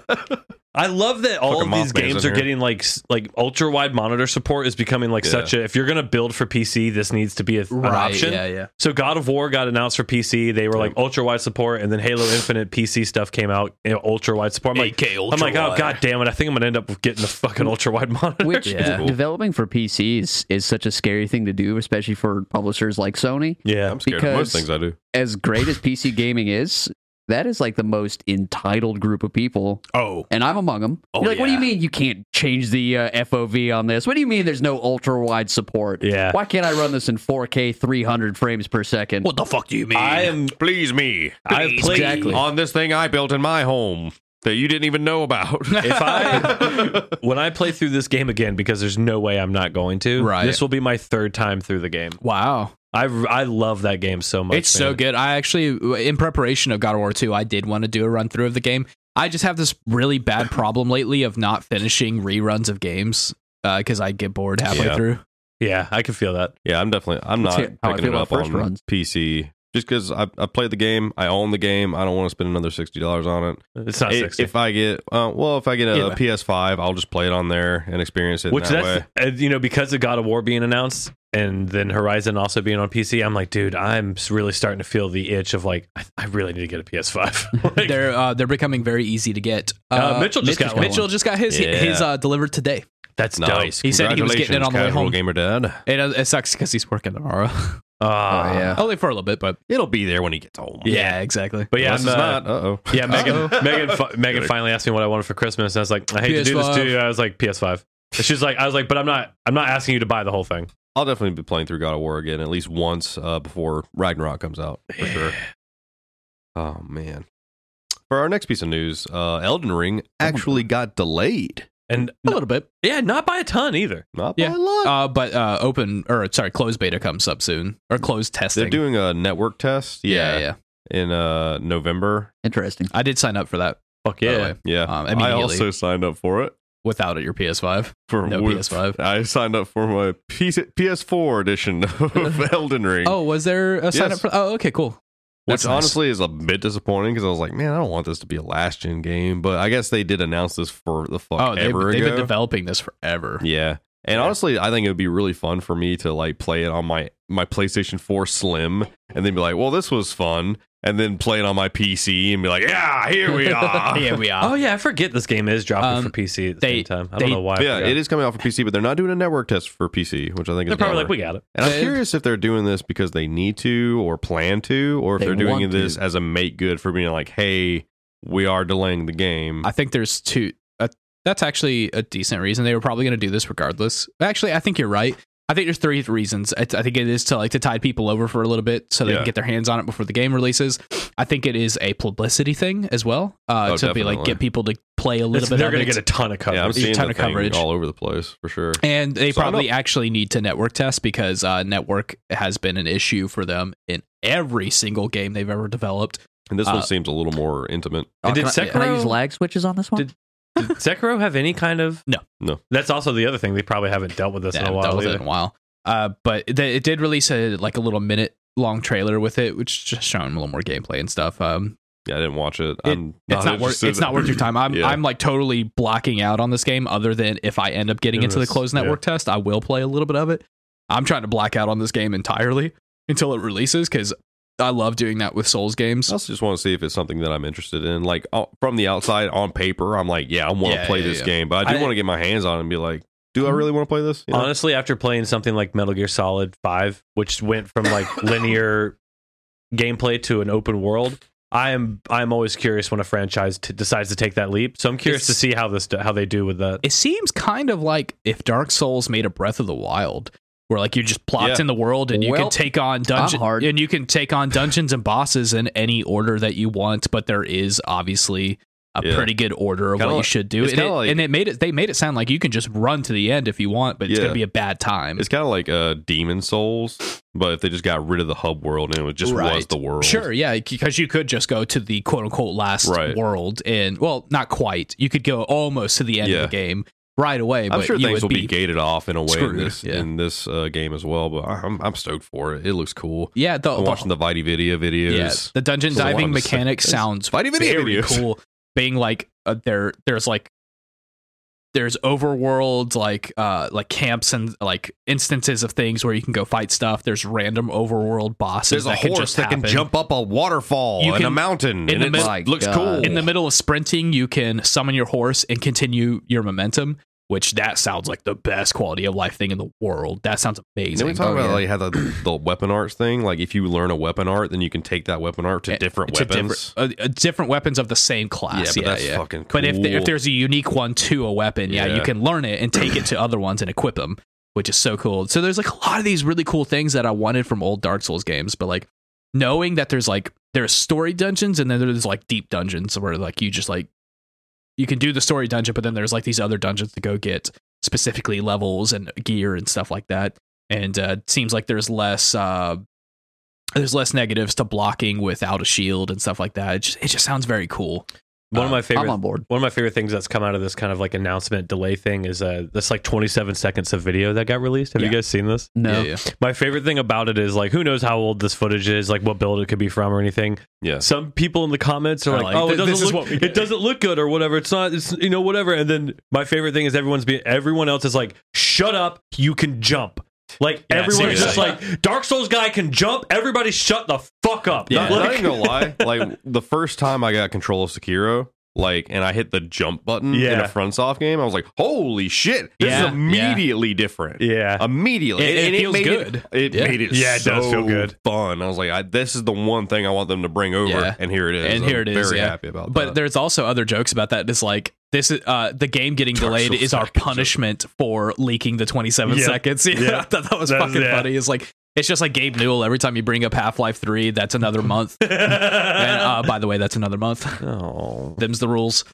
I love that all
Fucking
of these
Mothman's
games
in
are
here.
getting like s- like ultra wide monitor support is becoming like
Yeah.
such a if you're gonna build for PC, this needs to be a, an option.
Yeah, yeah.
So God of War got announced for PC. They were like ultra wide support, and then Halo Infinite PC stuff came out you know, ultra wide support. I'm like,
AK
I'm like, oh
Ultrawide.
god damn it! I think I'm gonna end up getting the fucking ultra wide monitor.
Which
Yeah.
d- developing for PCs is such a scary thing to do, especially for publishers like Sony.
yeah,
I'm scared of most
because-
things I do.
As great as PC gaming is, that is like the most entitled group of people,
Oh,
and I'm among them.
Oh,
You're like, what do you
yeah.
mean you can't change the uh, FOV on this? What do you mean there's no ultra wide support?
yeah.
Why can't I run this in 4K 300 frames per second?
the fuck do you mean?
I am.
Please me.
I've played.
Exactly.
on this thing I built in my home that you didn't even know about.
If I when I play through this game again, because there's no way I'm not going to.
Right.
This will be my third time through the game.
wow.
I I love that game so much.
it's so
man.
good. I actually, in preparation of God of War 2, I did want to do a run through of the game. I just have this really bad problem lately of not finishing reruns of games because I get bored halfway
Yeah.
through.
Yeah, I can feel that.
yeah, I'm definitely I'm
That's
not
how I
picking
feel about
it up
first
on
runs.
PC just because I, I played the game. I own the game. I don't want to spend another sixty dollars on it.
It's not
I-
sixty.
If I get uh, well, if I get a
Either way.
PS5, I'll just play it on there and experience it.
Which
in that
that's
way.
uh, you know because of God of War being announced and then Horizon also being on PC, I'm like, dude, I'm s- really starting to feel the itch of like I, I really need to get a PS5. Like,
They're uh, they're becoming very easy to get.
Uh, Mitchell just got one.
Mitchell just got his
Yeah.
his uh, delivered today.
that's
nice.
nice.
He said he was getting it
Congratulations,
on the way
casual
home.
Gamer dad.
It, uh, it sucks because he's working tomorrow,
Ah.
Oh, yeah.
only for a little bit. But
It'll be there when he gets home.
yeah, exactly.
But yeah,
Unless
I'm,
it's
uh,
not. Uh oh.
Yeah, Megan.
Uh-oh.
Megan. Fi- Megan finally asked me what I wanted for Christmas, and I was like, I hate to do this to
PS5.
you. I was like, PS5. And she's like, I was like, but I'm not. I'm not asking you to buy the whole thing.
I'll definitely be playing through God of War again at least once uh, before Ragnarok comes out for sure. Oh man! For our next piece of news, uh, Elden Ring actually got delayed.
And
A little bit.
yeah, not by a ton either.
Not by
Yeah.
a lot.
Uh, but uh, open or sorry, closed beta comes up soon or closed testing.
They're doing a network test.
yeah,
Yeah,
yeah, yeah.
in uh, November.
Interesting.
I did sign up for that.
Fuck
by the
yeah.
way,
Yeah,
Um,
I
immediately.
also signed up for it.
without it, your PS5.
For
No
with-
PS5.
I signed up for my PS- PS4 edition of Elden Ring.
Oh, was there a sign
Yes.
up for? Oh, okay, cool.
Which
That's nice.
honestly is a bit disappointing because I was like, man, I don't want this to be a last gen game, but I guess they did announce this for the fuck
Oh, they've,
ever
they've
ago.
been developing this forever.
yeah, and honestly, I think it would be really fun for me to like play it on my my PlayStation 4 Slim, and then be like, well, this was fun, and then play it on my PC and be like, yeah, here we are.
yeah, we are.
Oh yeah, I forget this game is dropping
Um,
for PC at the
they-
same time. I
they-
don't know why. I
Yeah,
forgot.
it is coming out for PC, but they're not doing a network test for PC, which I think
They're
is
probably
bummer.
like, we got it.
And I'm
They-
curious if they're doing this because they need to or plan to, or if
They
they are doing
want
this
to.
as a make good for being like, hey, we are delaying the game.
I think there's two. Uh, that's actually a decent reason. They were probably going to do this regardless. Actually, I think you're right. I think there's three reasons. I, I think it is to like to tide people over for a little bit so they
Yeah.
can get their hands on it before the game releases. I think it is a publicity thing as well uh,
Oh,
to be like
definitely.
get people to play a little
It's-
bit.
they're
of
gonna
it.
get a ton of coverage.
yeah, I'm seeing
ton
the
of
thing
coverage.
all over the place for sure.
And they
So I
probably actually need to network test because uh, network has been an issue for them in every single game they've ever developed.
And this
Uh,
one seems a little more intimate.
Oh,
And did
can, I, can I use
Sekiro-
lag switches on this one?
Did- Did Sekiro have any kind of
No.
No.
That's also the other thing. They probably haven't dealt with this
Yeah,
in a
haven't
while.
dealt with it
either.
in a while. Uh, but they, it did release a like a little minute long trailer with it, which just showing a little more gameplay and stuff. Um,
Yeah, I didn't watch it. I'm
Oh,
it's not worth
interested.
it's not worth your time. I'm
Yeah.
I'm like totally blocking out on this game. Other than if I end up getting
Yeah,
into the
that's-
closed network test, I will play a little bit of it. I'm trying to black out on this game entirely until it releases because I love doing that with Souls games.
I also just want to see if it's something that I'm interested in. Like uh, from the outside on paper, I'm like, yeah, I want to
Yeah,
play
yeah,
this
yeah. Mm-hmm.
game, but I do
I-
want to get my hands on it and be like, do I really want to play this? You know?
Honestly, after playing something like Metal Gear Solid 5, which went from like linear gameplay to an open world, I am I'm always curious when a franchise t- decides to take that leap. So I'm curious to
It's-
see how this how they do with that.
It seems kind of like if Dark Souls made a Breath of the Wild, where like you're just plopped
Yeah.
in the world and you
Well,
can take on dungeons
hard.
and you can take on dungeons and bosses in any order that you want, but there is obviously a
Yeah.
pretty good order of
Kinda
what you
like-
should do.
it's
And it,
kinda like-
and it made it they made it sound like you can just run to the end if you want, but it's
Yeah.
gonna be a bad time.
It's kind of like uh, Demon Souls, but if they just got rid of the hub world and it just was
Right.
the world.
Sure, yeah, because you could just go to the quote unquote last
Right.
world and well, not quite. You could go almost to the end
Yeah.
of the game right away.
I'm
but
sure
you
things
would
will be, gated off in a way in
screwed,
this
yeah.
in this uh, game as well. But I- I'm I'm stoked for it. It looks cool.
yeah, the,
I'm
the
watching Oh, the Viti video
Yeah,
videos.
the dungeon
There's a lot
diving
of mistakes.
mechanic sounds
Fighty video
very
videos.
cool. Being like uh, there, there's like there's overworld like uh like camps and like instances of things where you can go fight stuff. There's random overworld bosses.
There's a
that can
horse
just
that can
happen.
jump up a waterfall
You
and a
can-
mountain,
in
and
the
it
mid-
My
looks
God.
cool.
in the middle of sprinting. You can summon your horse and continue your momentum. Which that sounds like the best quality of life thing in the world. That sounds
And then
amazing.
we talk
Oh,
about
yeah.
like how the, the weapon arts thing. Like if you learn a weapon art, then you can take that weapon art to
Eh,
different
To
weapons.
different, uh, uh, different weapons of the same
yeah,
class.
but that's fucking cool.
But if, if there's a unique one to a weapon, yeah, you
Yeah.
can learn it and take it to other ones and equip them, which is so cool. So there's like a lot of these really cool things that I wanted from old Dark Souls games, but like knowing that there's like there's story dungeons and then there's like deep dungeons where like you just like you can do the story dungeon, but then there's like these other dungeons to go get specifically levels and gear and stuff like that. And uh, it seems like there's less uh, there's less negatives to blocking without a shield and stuff like that. It just, it just sounds very cool.
One of my
I'm
favorite
on board.
one of my favorite things that's come out of this kind of like announcement delay thing is uh this like 27 seconds of video that got released. Have you
Yeah.
guys seen this?
No.
yeah.
My favorite thing about it is like who knows how old this footage is, like what build it could be from or anything.
yes,
Some people in the comments are
Are
like,
like,
"Oh, it
"Th- this
doesn't
is
look
what we
it
get."
doesn't look good or whatever. It's not it's you know whatever." And then my favorite thing is everyone's being everyone else is like, "Shut up, you can jump." Like
Yeah,
everyone's just
seriously.
like, "Dark Souls guy can jump." Everybody shut the fuck up.
Yeah.
Not,
Like-
not even gonna lie. Like the first time I got control of Sekiro, like, and I hit the jump button in
Yeah.
a fronts off game, I was like, "Holy shit! This
Yeah.
is immediately different.
yeah.
Immediately,
It- it
And
feels
made
good.
It, it
Yeah.
made it.
Yeah, it does
so
feel good.
Fun. I was like, I, "This is the one thing I want them to bring over."
Yeah.
And here it is.
And
I'm
here it is,
Very
yeah.
happy about
But
that.
there's also other jokes about that. It's like this is uh, the game getting
Dark
delayed
Souls
is our
second
punishment for leaking the 27
Yep.
seconds. Yeah,
Yep.
I thought that was
That's-
fucking
yeah.
funny. It's like it's just like Gabe Newell. Every time you bring up Half Life Three, that's another month. and uh, by the way, that's another month.
oh.
Them's the rules.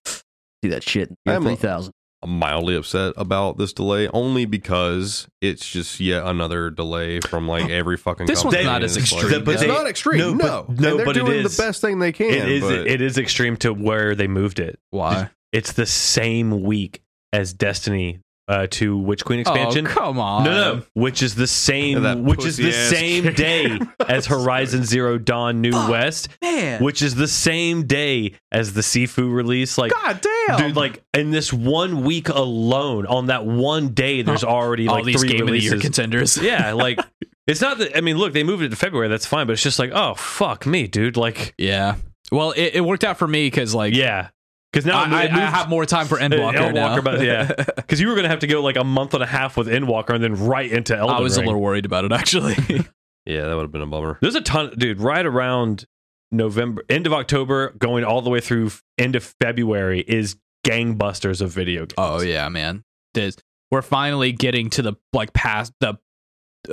See that shit. in year
I'm a-
3000.
I'm mildly upset about this delay only because it's just yet another delay from like every fucking.
Oh, This one's
company.
not as
It's like-
extreme.
it's
They-
not extreme.
no,
No,
but-
And
no,
they're
but it
doing
is.
the best thing they can.
it is
but-
it is extreme to where they moved it.
Why?
It's the same week as Destiny uh, to Witch Queen expansion.
Oh, come on.
no, no, which is the same,
That
which is the
pussy-ass
same
kick.
day as Horizon Zero Dawn New West,
Man.
which is the same day as the Sifu release. Like,
God damn.
dude, like in this one week alone, on that one day, there's already
all
like
these
three
game
releases.
of the year contenders.
yeah, like it's not that. I mean, look, they moved it to February. That's fine, but it's just like, oh fuck me, dude. Like,
Yeah. Well, it, it worked out for me because like
yeah, because now
I, I,
it
I
moved-
have more time for
Uh,
Endwalker now.
Endwalker, but yeah, because you were gonna have to go like a month and a half with Endwalker and then right into Elden
I was
Ring.
a little worried about it actually.
Yeah, that would have been a bummer.
There's a ton, dude. Right around November, end of October, going all the way through f- end of February is gangbusters of video games.
oh yeah, man. This, we're finally getting to the like past the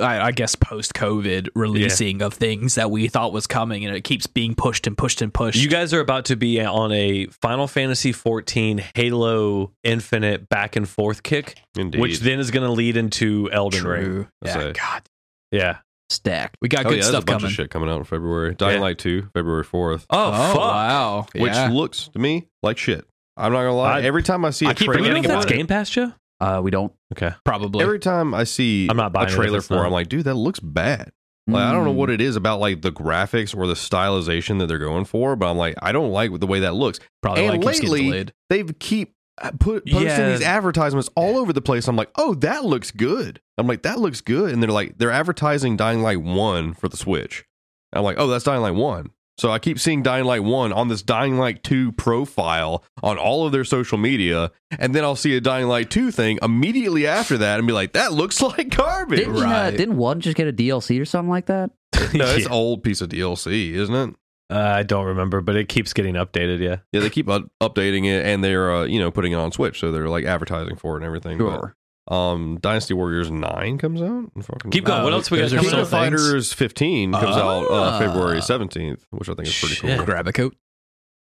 I, I guess post COVID releasing of things that we thought was coming, and it keeps being pushed and pushed and pushed.
You guys are about to be on a Final Fantasy 14 Halo Infinite back and forth kick,
Indeed.
which then is going to lead into Elden Ring.
True.
I
Yeah,
say.
God,
Yeah.
Stack.
we got
oh,
good
yeah, there's a
stuff
bunch
coming.
of shit coming out in February. Dying
Yeah.
Light 2, February 4th,
Oh, fuck.
wow!
which
yeah.
looks to me like shit. I'm not going to lie.
I-
every time I see a
I keep
trailer,
forgetting if
for
that's
it-
Game Pass, Joe.
Uh, we don't.
Okay.
probably.
Every time I see
I'm not buying
a
it if
trailer
it's
for, it,
not.
I'm like, dude, that looks bad. Like, I
Mm.
don't know
Mm.
what it is about like the graphics or the stylization that they're going for, but I'm like, I don't like the way that looks.
probably
and
like keeps getting
lately-
delayed.
They've keep uh, put, posting
Yeah.
these advertisements all over the place. I'm like, oh, that looks good. I'm like, that looks good. And they're like, they're advertising Dying Light One for the Switch. I'm like, oh, that's Dying Light One. So I keep seeing Dying Light One on this Dying Light Two profile on all of their social media, and then I'll see a Dying Light Two thing immediately after that, and be like, that looks like garbage.
Didn't, uh,
Right.
didn't one just get a DLC or something like that?
No, it's
Yeah.
an old piece of DLC, isn't it?
Uh, I don't remember, but it keeps getting updated. Yeah.
Yeah, they keep up- updating it, and they're uh, you know putting it on Switch, so they're like advertising for it and everything. but- Um, Dynasty Warriors Nine comes out. Fucking-
Keep going.
Oh,
what else we
those
guys
are
are
King
still
of
so
fun. things.
Fighters Fifteen comes out uh,
Ah.
February seventeenth, which I think is pretty
Shit.
cool.
Grab a coat.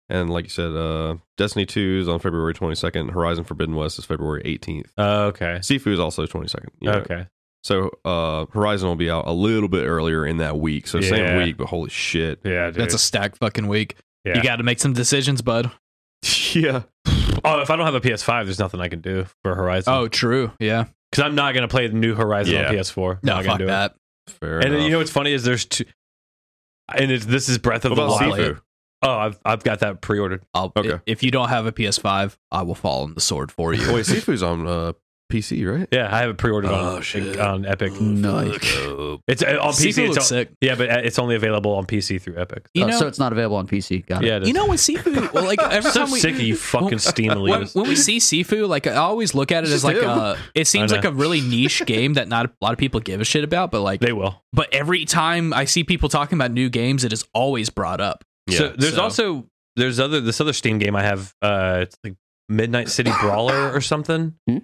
And like you said, uh, Destiny Two is on February twenty second. Horizon Forbidden West is February eighteenth.
Uh, okay.
Sifu is also twenty second.
Okay.
So uh, Horizon will be out a little bit earlier in that week. So same
Yeah.
week, but holy shit.
Yeah, dude.
That's a stack fucking week.
Yeah.
You got to make some decisions, bud.
yeah.
oh, if I don't have a PS5, there's nothing I can do for Horizon.
Oh, true. Yeah.
because I'm not gonna play the new Horizon
Yeah.
on PS4.
No,
Not gonna
fuck
do it.
that.
Fair
And then,
enough.
you know what's funny is there's two, and it's, this is Breath of
What
the
about
Wild.
Sifu?
Oh, I've I've got that pre-ordered.
I'll,
Okay.
i- If you don't have a PS5, I will fall on the sword for you.
Wait, Sifu's on uh, PC, right?
Yeah, I have it pre-ordered
Oh,
on,
shit.
on Epic.
Nice.
It's uh, on
Sifu
PC. It's
looks
on-
sick.
Yeah, but uh, it's only available on PC through Epic.
You
Oh,
know,
so it's not available on PC. Got it.
Yeah, it is.
you know when Sifu, well, like every
so
time we
sick of you fucking Steam
when,
elitists.
when we see Sifu, like I always look at it
It's
as
just
like
him.
a. It seems
know.
like a really niche game that not a lot of people give a shit about, but like,
They will.
but every time I see people talking about new games, it is always brought up.
so there's
so-
also there's other this other Steam game I have. Uh, it's like Midnight City Brawler or something.
Hmm?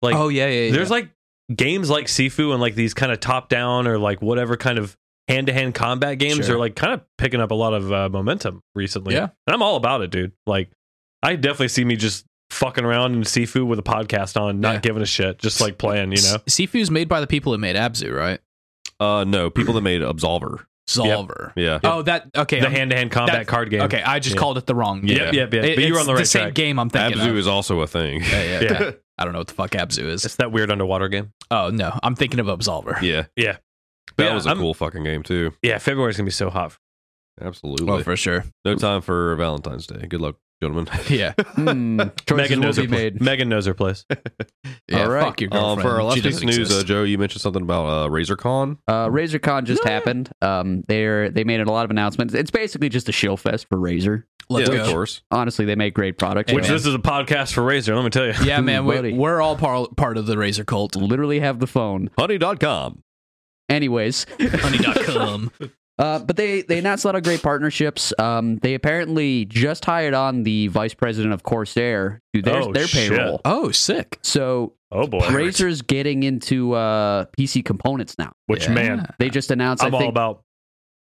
Like
oh yeah, yeah. yeah.
there's like games like Sifu and like these kind of top down or like whatever kind of hand to hand combat games
Sure.
are like kind of picking up a lot of uh, momentum recently.
Yeah.
And I'm all about it, dude. Like I definitely see me just fucking around in Sifu with a podcast on, not
Yeah.
giving a shit, just like playing, you know?
S- Sifu's made by the people who made Abzu, right?
Uh, no, people that made Absolver.
Solver.
Yeah.
Oh, that okay.
the
I'm-
hand to hand combat
that-
card game.
Okay, I just
Yeah.
called it the wrong.
Yep,
game.
yep, yep.
It-
but you're
it's
on the right
same
track.
game I'm thinking.
Abzu
of.
is also a thing.
Yeah, yeah.
Yeah.
I don't know what the fuck Abzu is.
It's that weird underwater game.
Oh no, I'm thinking of Absolver.
Yeah.
Yeah.
That
Yeah,
was a
I'm-
cool fucking game too.
Yeah, February's gonna be so hot.
Absolutely.
Well, Oh, for sure.
no time for Valentine's Day. Good luck, gentlemen.
Yeah.
Hmm, choices
Megan
will
knows
be
her place.
made.
Megan knows her place.
yeah
All right.
Fuck your
Um,
girlfriend.
for our
She
last piece
doesn't
of news, uh,
exist.
Joe, you mentioned something about uh, RazorCon.
Uh, RazorCon just happened. Um, they're they made a lot of announcements. It's basically just a shill fest for Razor.
Let's
yeah,
go.
of course.
Honestly, they make great products.
Hey,
Which
man.
this is a podcast for Razor, let me tell you.
Yeah, man, we,
Buddy.
we're all par- part of the Razor Cult.
literally have the phone.
Honey.com.
Anyways,
Honey.com.
Uh, but they they announced a lot of great partnerships. Um, they apparently just hired on the vice president of Corsair to their
Oh,
their
shit.
payroll.
oh, sick.
So
Oh boy.
Razer's getting into uh, PC components now.
Which
Yeah.
man.
They just announced. i
I'm
think.
all about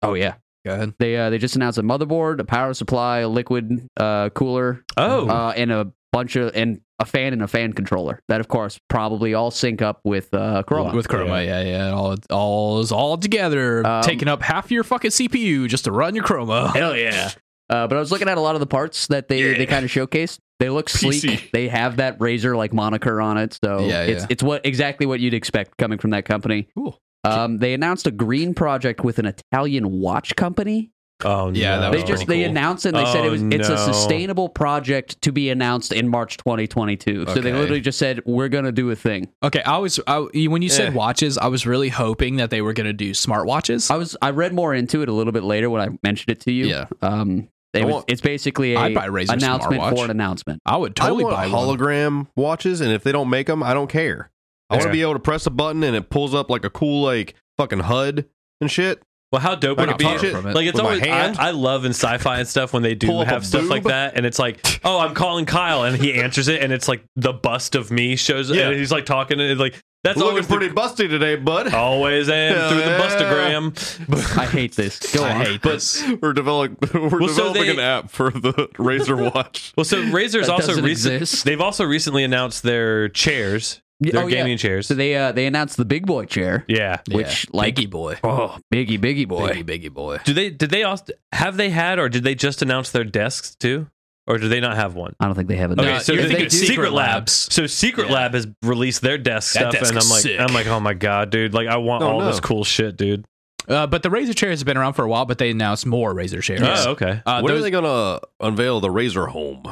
oh yeah.
Go ahead.
They uh, they just announced a motherboard, a power supply, a liquid uh, cooler,
Oh
uh, and a bunch of and a fan and a fan controller. That of course probably all sync up with uh, Chroma.
With Chroma, yeah, yeah. All, all is all together,
Um,
taking up half your fucking CPU just to run your Chroma.
hell yeah.
Uh, but I was looking at a lot of the parts that they,
Yeah.
they kind of showcased. They look sleek.
PC.
They have that razor like moniker on it, so
Yeah,
it's
yeah.
it's what exactly what you'd expect coming from that company.
Cool.
Um, they announced a green project with an Italian watch company.
Oh
Yeah,
no.
that
They
was
just
pretty
they
cool.
announced it and they said it
Oh,
was it's a
no.
sustainable project to be announced in March 2022. So they
Okay.
literally just said we're gonna do a thing.
Okay, I was I, when you said
Eh.
watches, I was really hoping that they were going to do smartwatches.
I was I read more into it a little bit later when I mentioned it to you.
Yeah.
Um, it
I
was-
want-
it's basically a
I'd buy a Razer
announcement
smartwatch.
for an announcement.
I would totally
I
buy
want
one.
hologram watches, and if they don't make them, I don't care. I want to
Yeah.
be able to press a button and it pulls up like a cool like fucking HUD and shit.
Well, how dope
Like
would it
a
be?
touch it
from it
Like it's
with my
always
hand.
I, I love in sci-fi and stuff when they do
Pull up a
have stuff like
boob.
that, and it's like, oh, I'm calling Kyle, and he answers it, and it's like the bust of me shows, up
Yeah.
and he's like talking, and it's like that's
Looking
always
pretty
the, Oh,
busty today, bud.
always am through the
Yeah.
bustagram.
I hate this. Go
I
on.
hate
But
this.
we're developing we're
Well, so
developing
they-
an app for the Razer watch.
Well, so Razer's
That
also
doesn't
recent,
exist.
they've also recently announced their chairs,
Yeah,
their
oh, yeah.
gaming chairs.
So they uh, they announced the big boy chair,
yeah.
which like
Biggie boy,
oh biggie biggie boy.
biggie biggie boy.
Do they did they also have they had or did they just announce their desks too, or do they not have one?
I don't think they have it.
Okay,
now.
so
If
you're
they-
thinking
do-
Secret,
Secret
Lab.
Labs.
So Secret
Yeah.
Lab has released their desk
That
stuff,
desk
and
is
I'm like,
sick.
I'm like, oh my god, dude! Like, I want
Oh,
all
no.
this cool shit, dude.
Uh, but the Razor chairs have been around for a while, but they announced more Razor chairs.
Oh, okay.
Uh,
when are
those-
they gonna unveil the Razer home?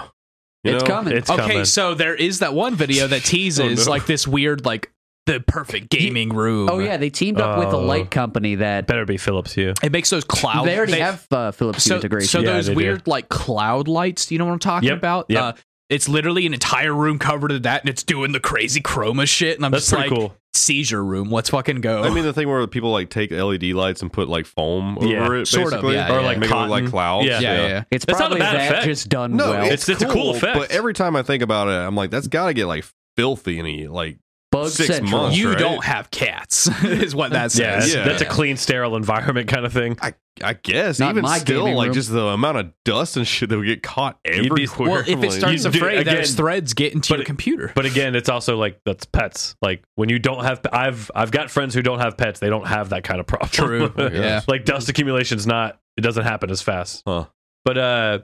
You
it's
know?
coming.
It's
okay,
coming.
so there is that one video that teases
Oh, no.
like this weird like the perfect gaming room.
oh yeah, they teamed up with a
Oh.
light company that
Better be Phillips Hue.
it makes those clouds.
they already have uh, Philips Hue
so,
integration.
so
Yeah,
those
they do.
weird like cloud lights. You know what I'm talking
Yep,
about?
yep.
Uh, it's literally an entire room covered in that, and it's doing the crazy chroma shit. And I'm
That's
just
pretty
like,
cool.
seizure room. Let's fucking go.
I mean the thing where people like take LED lights and put like foam over
Yeah,
it,
sort of,
basically,
yeah,
or
yeah.
like make it look like
Cotton.
clouds.
Yeah.
yeah, yeah. yeah.
it's
That's not a
probably
bad
that
effect.
just done
No,
well.
it's- a cool effect.
But every time I think about it, I'm like, that's got to get like filthy and he like
Bug
six
Central.
months.
you
right?
don't have cats, is what that
Yeah,
says.
that's,
Yeah.
that's a clean, sterile environment kind of thing.
I guess
Not
even
my
still,
gaming
like
room.
just the amount of dust and shit that would get caught
You'd be-
everywhere.
Well, if
like-
it starts
You-
to
dude,
fray,
again-
those threads get into
but
your
it-
computer.
But again, it's also like that's pets. Like when you don't have, I've I've got friends who don't have pets. They don't have that kind of problem.
True. yeah.
like dust accumulation's not it doesn't happen as fast.
Huh.
But uh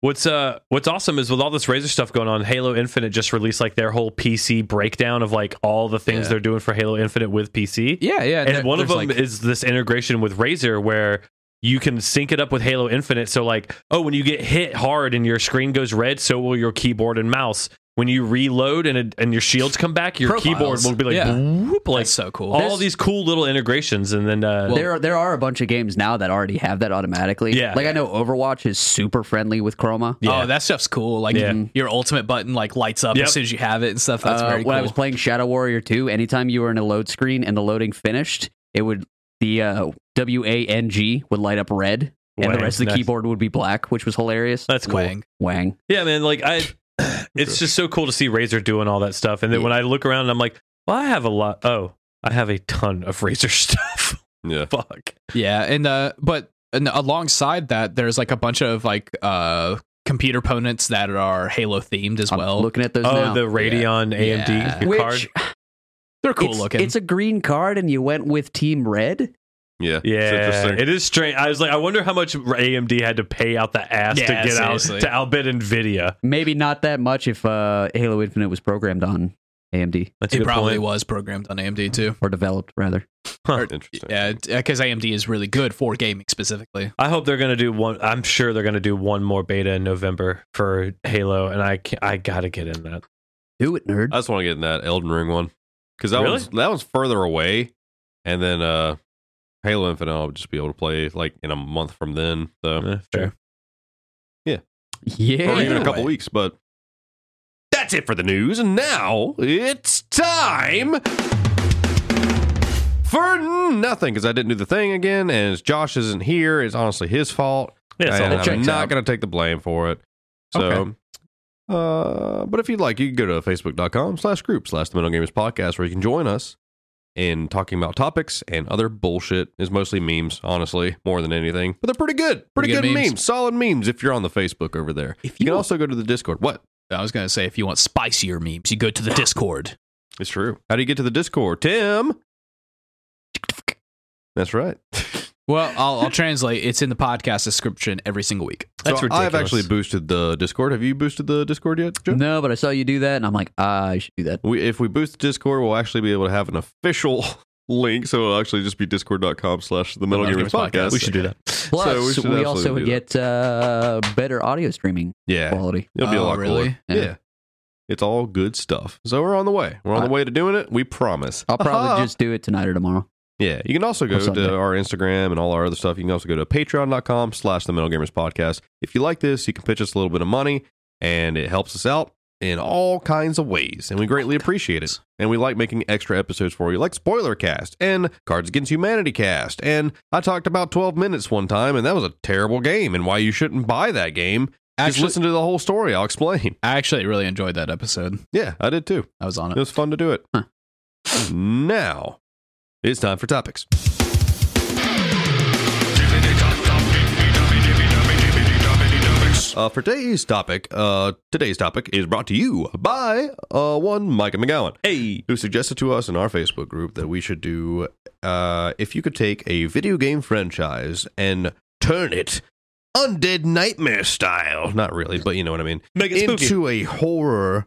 what's uh what's awesome is with all this Razer stuff going on, Halo Infinite just released like their whole PC breakdown of like all the things
Yeah.
they're doing for Halo Infinite with PC.
Yeah, yeah.
and
there-
one of
there's,
them
like-
is this integration with Razer where you can sync it up with Halo Infinite. So like, oh, when you get hit hard and your screen goes red, so will your keyboard and mouse. When you reload and it, and your shields come back, your keyboard
Profiles.
will be like,
Yeah.
bloop, like
that's so cool.
all these cool little integrations. And then uh,
there are there are a bunch of games now that already have that automatically.
Yeah.
like I know Overwatch is super friendly with Chroma.
yeah.
Oh, that stuff's cool. Like mm,
Yeah.
your ultimate button like lights up
Yep.
as soon as you have it and stuff. That's
Uh,
very cool.
when I was playing Shadow Warrior 2, anytime you were in a load screen and the loading finished, it would the uh, W A N G would light up red, and
Wang.
the rest of the
Nice.
keyboard would be black, which was hilarious.
that's cool.
Wang.
Wang.
Yeah, man. Like I, it's just so cool to see Razor doing all that stuff. And then
Yeah.
when I look around, and I'm like, well, I have a lot. Oh, I have a ton of Razor stuff.
yeah.
Fuck.
Yeah, and uh, but and alongside that, there's like a bunch of like uh computer opponents that are Halo themed as
I'm
well.
looking at those
oh,
now.
the Radeon
Yeah.
AMD
Which
card.
They're cool
it's,
looking.
it's a green card, and you went with Team Red.
Yeah. It's
Yeah,
interesting.
it is strange. I was like, I wonder how much AMD had to pay out the ass to
Yeah,
get
seriously.
out to outbid Nvidia.
Maybe not that much if uh, Halo Infinite was programmed on AMD
That's a
it
good
probably
point.
was programmed on AMD too.
or developed rather.
interesting.
Yeah, uh, because AMD is really good for gaming specifically.
I hope they're gonna do one. I'm sure they're gonna do one more beta in November for Halo, and I can, I gotta get in that.
Do it, nerd.
I just want to get in that Elden Ring one because that
Really?
was that was further away, and then uh Halo Infinite I'll just be able to play like in a month from then. So
Eh, sure.
yeah.
or even a couple
Anyway.
weeks, but that's it for the news. And now it's time for nothing because I didn't do the thing again, and it's- Josh isn't here. It's honestly his fault,
Yeah, it's all
and
good.
I'm
checks
not
out.
going to take the blame for it. So.
Okay.
Uh, but if you'd like, you can go to facebook.com slash group slash the Metal Gamers Podcast where you can join us in talking about topics and other bullshit is mostly memes, honestly, more than anything. But they're pretty good. Pretty,
Pretty
good,
good
memes.
memes.
Solid memes if you're on the Facebook over there.
If
You
you,
can also go to the Discord. What?
I was gonna say, if you want spicier memes, you go to the Discord.
It's true. How do you get to the Discord? Tim. That's right.
Well, I'll, I'll translate. It's in the podcast description every single week.
That's
so
ridiculous.
I've actually boosted the Discord. Have you boosted the Discord yet, Joe?
No, but I saw you do that, and I'm like, ah, I should do that.
We, if we boost Discord, we'll actually be able to have an official link. So it'll actually just be discord.com slash the Metal
Metal
Gamers
Gamers
Podcast.
Podcast.
we should do that.
So we
Plus,
should
we,
absolutely
also would
do
get uh, better audio streaming
Yeah.
quality.
It'll be a
Oh,
lot
really?
cooler. Yeah. It's all good stuff. So we're on the way. We're on the way to doing it. We promise.
Uh, I'll probably
Aha.
just do it tonight or tomorrow.
Yeah. You can also
Or
go
something.
to our Instagram and all our other stuff. You can also go to patreon.com slash the Metal Gamers Podcast. If you like this, you can pitch us a little bit of money and it helps us out in all kinds of ways. And we greatly appreciate it. And we like making extra episodes for you, like Spoiler Cast and Cards Against Humanity Cast. And I talked about 12 minutes one time, and that was a terrible game and why you shouldn't buy that game. Just
Actually,
listen to the whole story. I'll explain.
I actually really enjoyed that episode.
Yeah, I did too.
I was on
It
it.
was fun to do it.
Huh.
Now it's time for topics. Uh, for today's topic, uh, today's topic is brought to you by uh, one Micah McGowan,
Hey,
who suggested to us in our Facebook group that we should do uh, if you could take a video game franchise and turn it undead nightmare style. Not really, but you know what I mean
make it spooky.
into a horror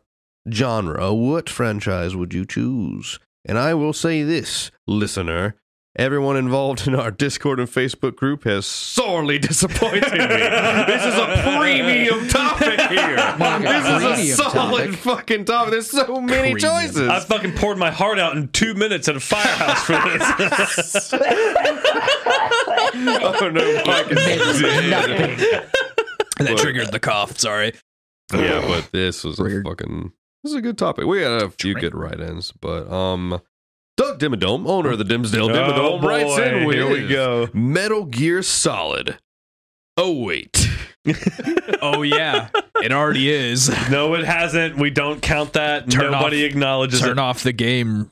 genre, what franchise would you choose? And I will say this, listener. Everyone involved in our Discord and Facebook group has sorely disappointed me. this is a premium topic here.
Mark,
this is a
premium
solid
topic.
fucking topic. There's so many
Premium.
choices.
I fucking poured my heart out in two minutes at a firehouse for this.
oh no, Mike is dead.
that
But-
triggered the cough. Sorry.
yeah, but this was
Weird.
a fucking this is a good topic. We had a few
Drink.
good write-ins, but um Doug Dimmadome, owner of the Dimsdale Dimmadome, writes in with
Oh, Here we go.
Metal Gear Solid. Oh wait.
Oh yeah, it already is.
No, it hasn't. We don't count that.
Turn
Nobody
off-
acknowledges it.
Turn off the game.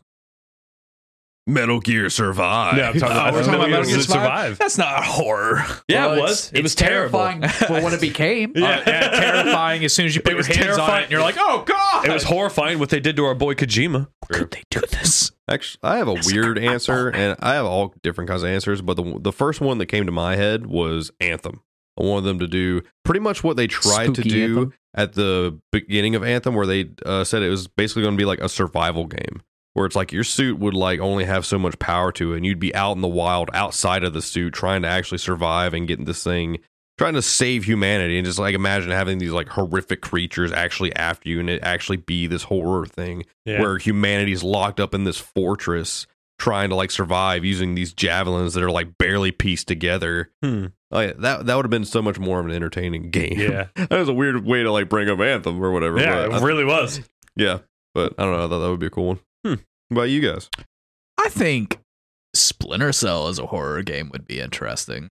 Metal Gear Survive.
Yeah, I'm talking about-
Oh, we're
Metal
talking about
Gear
Metal Gear
Survive.
Survive. That's not horror.
Yeah,
Well,
it
it's-
was. It
it's
was terrible.
terrifying for what it became.
Yeah,
Uh, yeah, terrifying as soon as you put
It
your
was
hands on
terrifying.
it, and you're like, "Oh God!"
It was horrifying what they did to our boy Kojima.
Could they do this?
Actually, I have a weird answer, and I have all different kinds of answers. But the the first one that came to my head was Anthem. I wanted them to do pretty much what they tried to
Spooky
do
Anthem.
at the beginning of Anthem, where they uh, said it was basically going to be like a survival game, where it's like your suit would like only have so much power to it, and you'd be out in the wild outside of the suit trying to actually survive and get in this thing, trying to save humanity, and just like imagine having these like horrific creatures actually after you, and it actually be this horror thing where humanity's locked up in this fortress trying to like survive using these javelins that are like barely pieced together.
Hmm.
Oh, yeah, that that would have been so much more of an entertaining game.
Yeah.
that was a weird way to like bring up Anthem or whatever.
Yeah,
but I-
it really was.
yeah, but I don't know. I thought that would be a cool one.
Hmm.
What about you guys?
I think Splinter Cell as a horror game would be interesting.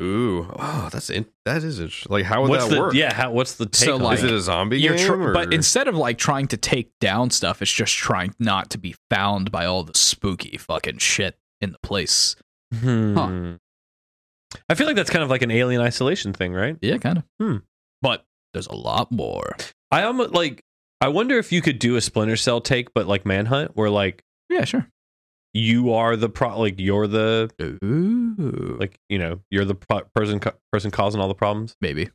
Ooh, oh, that's in, that is interesting. Like, how would
what's
that
the
work?
yeah? How, what's the take?
So,
on
like,
is it a zombie
You're
game?
tr-
or-
but instead of like trying to take down stuff, it's just trying not to be found by all the spooky fucking shit in the place.
it? Hmm. I feel like that's kind of like an alien isolation thing, right?
Yeah, kind of.
Hmm.
But there's a lot more.
I almost like. I wonder if you could do a Splinter Cell take, but like Manhunt, where like
Yeah, sure.
you are the pro, like you're the
Ooh, like
like you know you're the pro- person ca- person causing all the problems.
maybe.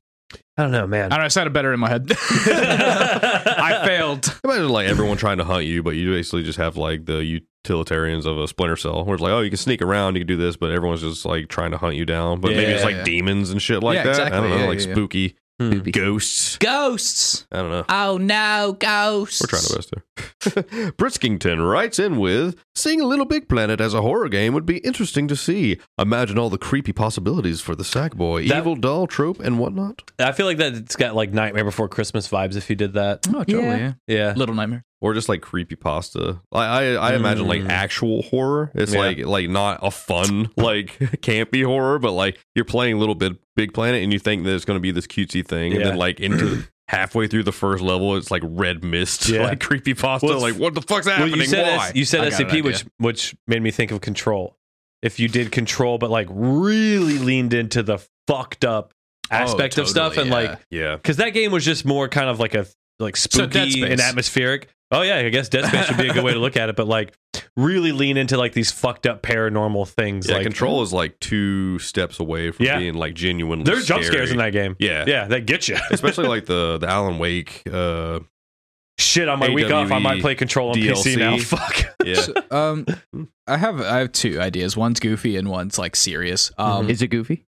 I don't know, man.
I don't know. It sounded better in my head. I failed.
Imagine like everyone trying to hunt you, but you basically just have like the utilitarians of a splinter cell, where it's like, oh, you can sneak around, you can do this, but everyone's just like trying to hunt you down. But maybe it's
Yeah.
like demons and shit like
Yeah,
that. I
exactly.
don't know,
Yeah,
like
yeah, yeah.
spooky
Hmm.
ghosts.
Ghosts.
I don't know.
Oh no, ghosts.
We're trying our best there. Briskington writes in with seeing a little big planet as a horror game would be interesting to see. Imagine all the creepy possibilities for the Sackboy,
That-
evil doll trope, and whatnot.
I feel like that it's got like Nightmare Before Christmas vibes if you did that.
Oh, totally.
Yeah.
Yeah.
Yeah.
Little Nightmare.
or just like creepy pasta. I I, I imagine like
Mm.
actual horror. It's
Yeah.
like like not a fun like campy horror, but like you're playing Little Bit Big Planet and you think that it's going to be this cutesy thing, and then
Yeah.
like into halfway through the first level, it's like red mist,
Yeah.
like creepy pasta.
Well,
like what the fuck's
Well,
happening?
you said
Why?
S- you said
I got an
SCP,
idea.
which which made me think of Control. If you did Control, but like really leaned into the fucked up aspect of
Oh, totally,
stuff, and
yeah.
like
yeah.
because that game was just more kind of like a like
So Dead
spooky and
Space.
atmospheric. Oh yeah, I guess Dead Space would be a good way to look at it, but like really lean into like these fucked up paranormal things.
Yeah,
like
control is like two steps away from
Yeah.
being like genuinely.
There's jump
scary.
scares in that game.
Yeah,
Yeah, they get you.
Especially like the the Alan Wake. Uh,
Shit, on my week off, I might
AWE,
play Control on PC
DLC.
now. Fuck.
yeah,
So, um, I have I have two ideas. One's goofy and one's like serious. Um,
Is it goofy?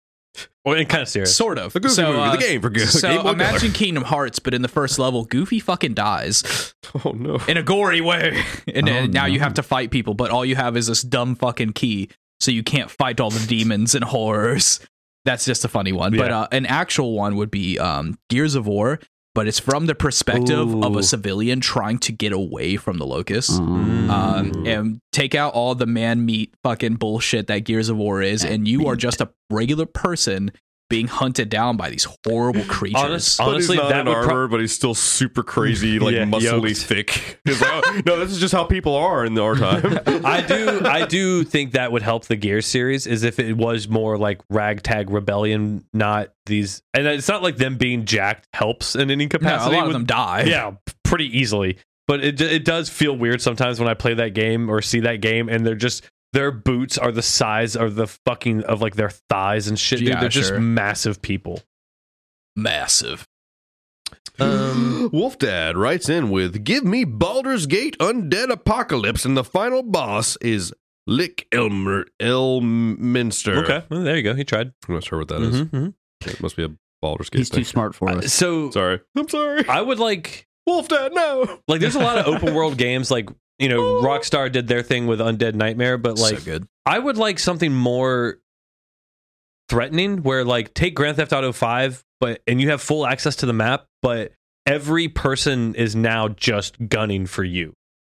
Well, and kind of serious.
sort
Mm-hmm.
of.
the Goofy
so,
movie,
uh,
the game for good. Game
So
Boy
imagine Kingdom Hearts, but in the first level, Goofy fucking dies
Color. Oh no.
in a gory way, and
Oh,
uh, now you
no.
have to fight people. But all you have is this dumb fucking key, so you can't fight all the demons and horrors. That's just a funny one. But
Yeah.
uh, an actual one would be um, Gears of War, but it's from the perspective of
Ooh.
a civilian trying to get away from the locusts.
Um,
Mm.
um, and take out all the man meat fucking bullshit that Gears of War is, and you are just a regular person being hunted down by these horrible creatures.
Honest-
But
honestly,
he's not
that
an
would
armor,
pro-
but he's still super crazy, like
Yeah,
muscly
yoked.
thick. He's like, "Oh, no, this is just how people are in our time.
I do I do think that would help the Gear series is if it was more like ragtag rebellion, not these and it's not like them being jacked helps in any
No, a
capacity.
lot of
with-
them die.
yeah, pretty easily. But it it does feel weird sometimes when I play that game or see that game and they're just their boots are the size of the fucking of like their thighs and shit, dude.
Yeah,
they're just
sure.
massive people.
massive.
Um, Wolf Dad writes in with Give me Baldur's Gate Undead Apocalypse, and the final boss is Lick Elmer Elminster.
Okay, well, there you go. He tried.
I'm not sure what that is.
Mhm, mhm.
It must be a Baldur's Gate
He's
thing.
too smart
Uh,
for us.
So
sorry. Mm-hmm. I'm sorry.
I would like
Wolf Dad, no.
like there's a lot of open world games like you know Rockstar did their thing with Undead Nightmare, but like
so good.
I would like something more threatening where like take Grand Theft Auto 5 but and you have full access to the map but every person is now just gunning for you.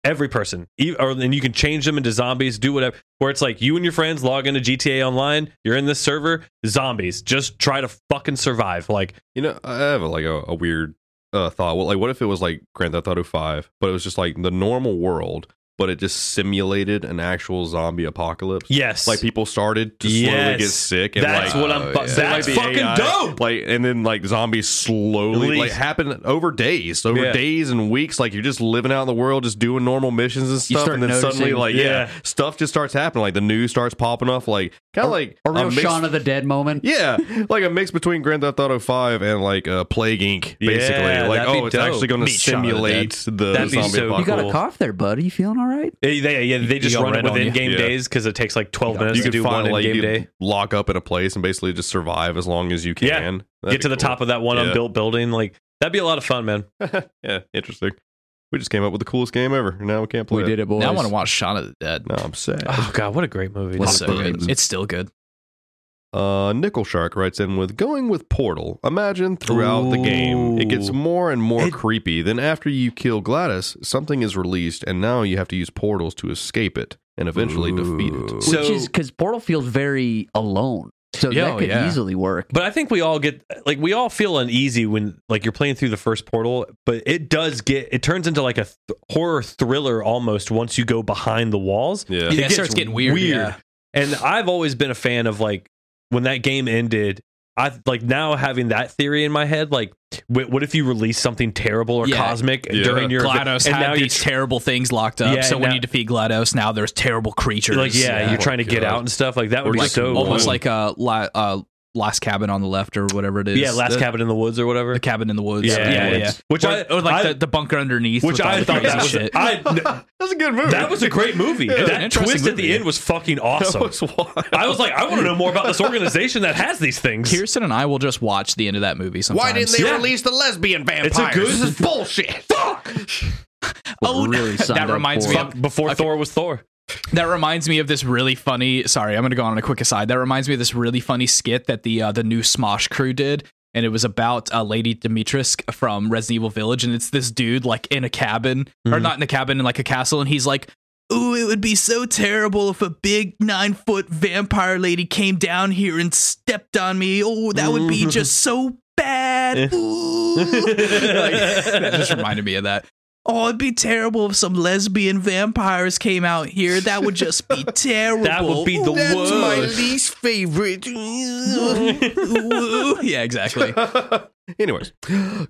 Every person. E- or and you can change them into zombies, do whatever. Where it's like you and your friends log into GTA online, you're in this server, zombies. Just try to fucking survive. Like
You know, I have like a, a weird uh, thought. Well, like, what if it was like Grand Theft Auto Five, but it was just like the normal world, but it just simulated an actual zombie apocalypse?
yes.
Like people started to slowly
Yes.
get sick, and
that's
like
what I'm
Oh,
fu-
yeah.
that's
like, the
fucking
AI,
dope.
Like, and then like zombies slowly
Release.
like happen over days, over
Yeah.
days and weeks. Like you're just living out in the world, just doing normal missions and stuff,
start
and then suddenly
noticing.
like yeah.
Yeah.
stuff just starts happening. Like the news starts popping off, like kind of like
a real
mix-
Shaun of the Dead moment.
yeah, like a mix between Grand Theft Auto Five and like uh, Plague Inc. Basically,
Yeah,
like
that'd be
oh, it's
dope.
actually going to
Meet Shaun of the
simulate the
That'd be
zombie
so-
You
apocalypse.
got
Cool.
a cough there, bud. Are you feeling all right?
They, they, yeah, they just
got
run it
red on
within
you.
game
Yeah.
days because it takes like 12 minutes
you
to
could
do one
find
in
like
game
you
day.
lock up in a place and basically just survive as long as you
Yeah.
can.
Get to the top of that one
Yeah.
unbuilt building. Like that'd be a lot of fun, man.
top. yeah, interesting. We just came up with the coolest game ever, and now we can't play.
We
it.
did it, boys.
Now I want to watch Shaun of the Dead.
No, I'm sad.
Oh god, what a great movie.
It's
Let's
so
Well,
good. It's still good.
Uh, Nickel Shark writes in with going with Portal. Imagine throughout the game, it gets
Ooh.
more and more
It-
creepy. Then after you kill Gladys, something is released, and now you have to use portals to escape it and eventually defeat it.
Ooh.
Which
So-
is because Portal feels very alone, so
Yeah,
that
oh,
could
yeah.
easily work.
But I think we all get like we all feel uneasy when like you're playing through the first portal, but it does get it turns into like a th- horror thriller almost once you go behind the walls.
Yeah.
Yeah, it,
gets
starts getting weird.
weird.
yeah.
And I've always been a fan of like when that game ended, I like now having that theory in my head like w- what if you release something terrible or
Yeah.
cosmic
Yeah.
during your
GLaDOS
and
had
now you're
these terrible things locked up.
Yeah,
so when
now-
you defeat GLaDOS, now there's terrible creatures.
like yeah,
Yeah.
you're trying to get
God.
out and stuff like that would
Or
be
like
so
almost
cool.
like uh, la- uh, Last Cabin on the Left or whatever it is.
yeah last
the,
cabin in the woods or whatever
The cabin in the woods.
Yeah,
yeah,
yeah.
yeah.
Which
or,
I-
or like
I-
the, the bunker underneath.
which
with all
I
the
thought
crazy
that was
shit.
I,
That's a good movie.
that was a great movie.
Yeah.
That
Interesting
twist at the
movie.
end was fucking
That
awesome.
was wild.
I was like, I want to know more about this organization that has these things.
Kirsten and I will just watch the end of that movie sometimes.
Yeah.
the lesbian vampires?
good-
is bullshit. Fuck.
Oh,
really signed
that
up
reminds
for
me
it.
of
Fuck, before
Okay.
Thor was Thor.
that reminds me of this really funny. Sorry, I'm gonna go on a quick aside. That reminds me of this really funny skit that the uh, the new Smosh crew did, and it was about uh, Lady Dimitrescu from Resident Evil Village, and it's this dude like in a cabin or
Mhm.
not in a cabin in like a castle, and he's like. Ooh, it would be so terrible if a big nine foot vampire lady came down here and stepped on me. Oh, that would be just so bad. Ooh. like, that just reminded me of that. Oh, it'd be terrible if some lesbian vampires came out here. That would just be terrible.
That would be the
That's
worst.
my
least favorite.
Ooh. yeah, exactly.
Anyways,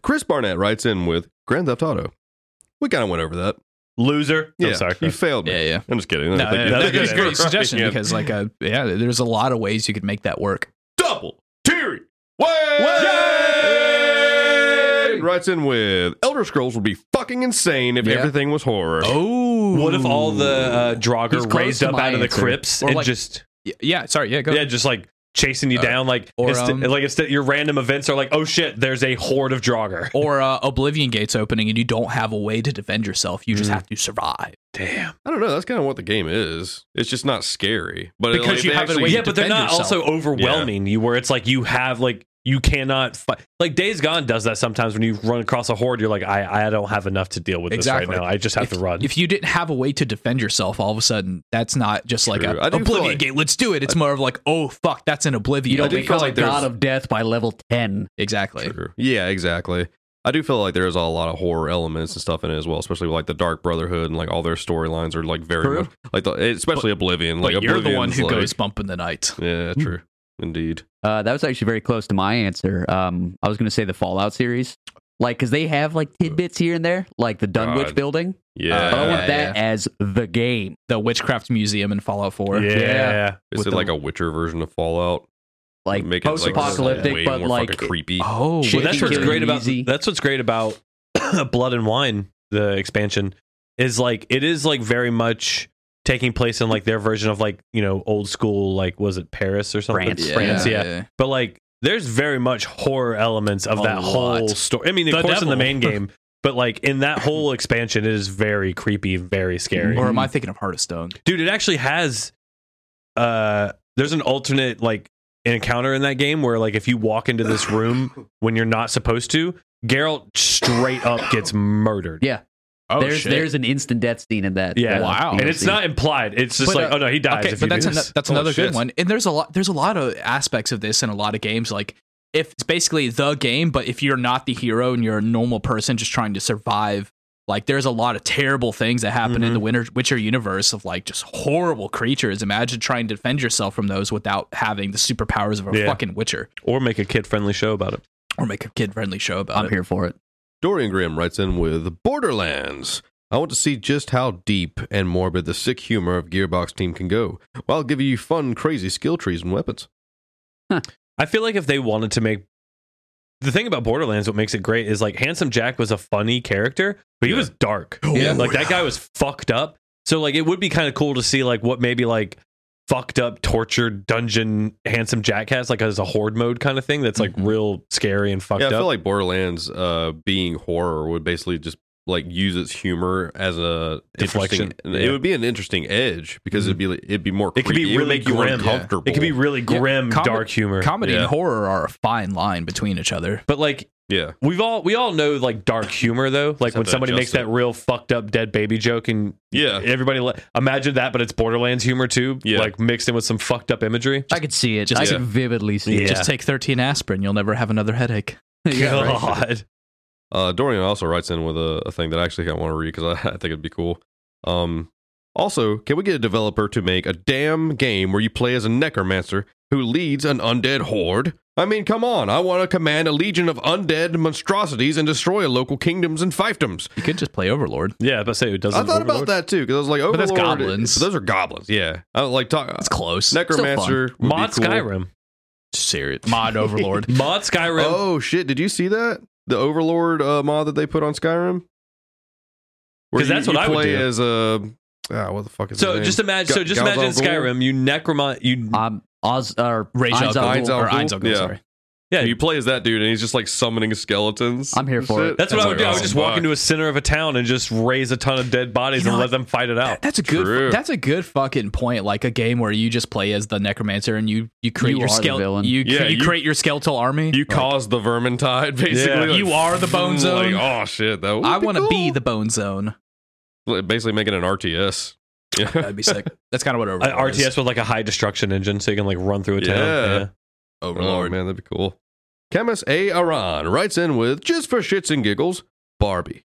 Chris Barnett writes in with Grand Theft Auto. We kind of went over that.
Loser.
Yeah,
I'm sorry.
you failed me.
Yeah, yeah.
I'm just kidding. I
No,
don't think
that,
you-
that's
that,
good.
that's a great suggestion
Yeah.
because, like, uh, yeah, there's a lot of ways you could make that work.
double Terry Wayne writes in with Elder Scrolls would be fucking insane if
Yeah.
everything was horror.
Oh,
What if all the uh,
He's
Draugr
close
raised
to
up
my
out of the
answer.
crypts
Or
and
like-
just
Y- Yeah, sorry. Yeah, go.
yeah, just like chasing you
Uh,
down like
or,
insta-
um,
like instead your random events are like oh shit there's a horde of Draugr.
Or uh, Oblivion Gate's opening and you don't have a way to defend yourself. You just
Mm.
have to survive.
Damn.
I don't know. That's kind of what the game is. It's just not scary, but
Because
like,
you
they
have a
actually-
way-
yeah,
to
but they're
defend
not
yourself.
also overwhelming you where it's like you have like you cannot fight. Like Days Gone does that sometimes when you run across a horde you're like I I don't have enough to deal with this
Exactly.
right now. I just have
if,
to run.
If you didn't have a way to defend yourself, all of a sudden, that's not just like
True.
a
I do feel
Oblivion
like-
Gate. Let's do it. It's more of like, oh fuck, that's an Oblivion.
You
I
don't
do
become
feel
a
like there's-
god of death by level ten.
exactly.
True. Yeah, exactly. I do feel like there's a lot of horror elements and stuff in it as well, especially with, like the Dark Brotherhood and like all their storylines are like very
True.
much like the, especially Oblivion.
Like
Like
you're the one
Oblivion's,
who
like-
goes bump in the night.
Yeah, true. Indeed.
Uh, that was actually very close to my answer. Um, I was going to say the Fallout series, like because they have like tidbits here and there, like the Dunwich
God.
building.
Yeah.
but I
yeah,
want that as the game.
The Witchcraft Museum in Fallout Four.
yeah.
is
with
it
the-
like a Witcher version of Fallout?
like
Make it, like,
post-apocalyptic,
way
but
more
like
fucking creepy.
Oh,
Shit. Should
Well, that's
be
what's
killing
great
it
about
easy.
that's what's great about Blood and Wine, the expansion, is like it is like very much taking place in like their version of like you know old school like was it Paris or something
France.
yeah,
France,
yeah. But like there's very much horror elements of
A
that whole
lot.
story. I mean, of
The
course, in the
devil.
main game, but like in that whole expansion, it is very creepy, very scary.
Or am I thinking of Heart of Stone?
dude it actually has uh there's an alternate like encounter in that game where like if you walk into this room when you're not supposed to Geralt straight up gets murdered
Yeah.
Oh
there's there's an instant death scene in that.
yeah
uh,
Wow.
and it's
DLC.
not implied it's just
But,
like
uh,
oh no he dies
okay,
if
but
you
that's
do
an,
this.
that's
Oh,
another
shit.
good one. And there's a lot there's a lot of aspects of this in a lot of games. Like if it's basically the game, but if you're not the hero and you're a normal person just trying to survive, like there's a lot of terrible things that happen in the Winter, Witcher universe of like just horrible creatures. Imagine trying to defend yourself from those without having the superpowers of a
Yeah.
fucking Witcher
or make a kid friendly show about it
or make a kid friendly show about
I'm
it.
here for it.
Dorian Grimm writes in with Borderlands. I want to see just how deep and morbid the sick humor of Gearbox Team can go, while giving you fun, crazy skill trees and weapons.
I feel like if they wanted to make the thing about Borderlands, what makes it great is like Handsome Jack was a funny character, but he
Yeah.
was dark.
Oh, Yeah.
Like that guy was fucked up. So like it would be kind of cool to see like what maybe like fucked up, tortured dungeon Handsome Jack has like as a horde mode kind of thing that's like
Mhm.
real scary and fucked
yeah, I
up.
feel like Borderlands uh, being horror would basically just like use its humor as a
Deflection.
interesting- It
Yeah. Mm-hmm.
would be an interesting edge because it'd be like- it'd be more.
It could be
creepy. would
really
make you
grim.
uncomfortable.
it could be really
Yeah,
grim,
com-
dark humor.
Comedy
Yeah.
and horror are a fine line between each other.
but like
yeah.
we've all we all know like dark humor though. Like
have
when
to
somebody
adjust
makes that
it.
real fucked up dead baby joke and
Yeah.
everybody le- imagine that, but it's Borderlands humor too.
Yeah.
Like mixed in with some fucked up imagery.
I could see it.
just-
I could vividly see
Yeah.
it.
Just take 13 aspirin, you'll never have another headache.
Yeah, right.
God.
Uh, Dorian also writes in with a, a thing that I actually kind of want to read because I, I think it'd be cool. Um, also, can we get a developer to make a damn game where you play as a necromancer who leads an undead horde? I mean, come on! I want to command a legion of undead monstrosities and destroy local kingdoms and fiefdoms.
You could just play Overlord.
Yeah, but say it doesn't.
I thought about
Overlord.
that too because I was like,
But
Overlord.
that's goblins.
Those are goblins. Yeah, I was like talk,
It's close.
necromancer. would be
Mod
cool.
Skyrim.
Serious. Mod Overlord.
Mod Skyrim.
Oh shit! Did you see that the Overlord uh, mod that they put on Skyrim?
'Cause that's
you,
what I
you
would
play
do.
as a ah, what the fuck is his
so
name?
just imagine.
Ga-
so just
Gal
imagine
Gadot?
Skyrim. You necromon. You
Um, Oz or
Rage
Ein's
Al
Al
Ghul.
Ghul.
or
Or
Ein's
Yeah.
sorry.
yeah.
you play as that dude, and he's just like summoning skeletons.
I'm here
and
for
shit.
it.
that's what I
That's
would do. I would
awesome.
just walk
Fuck.
into a center of a town and just raise a ton of dead bodies
You know
and let
what?
them fight it out.
That's a good.
Oh, True.
That's a good fucking point. Like a game where you just play as the necromancer and you you create
You
your
are the
skeleton.
villain.
You,
Yeah,
you
you-
create your skeletal army.
You caused the Vermintide, basically.
Yeah.
like,
You are the Bone
like,
Zone.
oh shit! That would
I want to be
cool.
the Bone Zone.
Like, basically making an RTS. Yeah.
That'd be sick. That's kind of what
Uh,
An
Overlord
RTS
Is.
with like a high destruction engine, so you can like run through a town.
Yeah.
Overlord.
Oh man, that'd be cool. Chemist A. Aran writes in with just for shits and giggles, Barbie.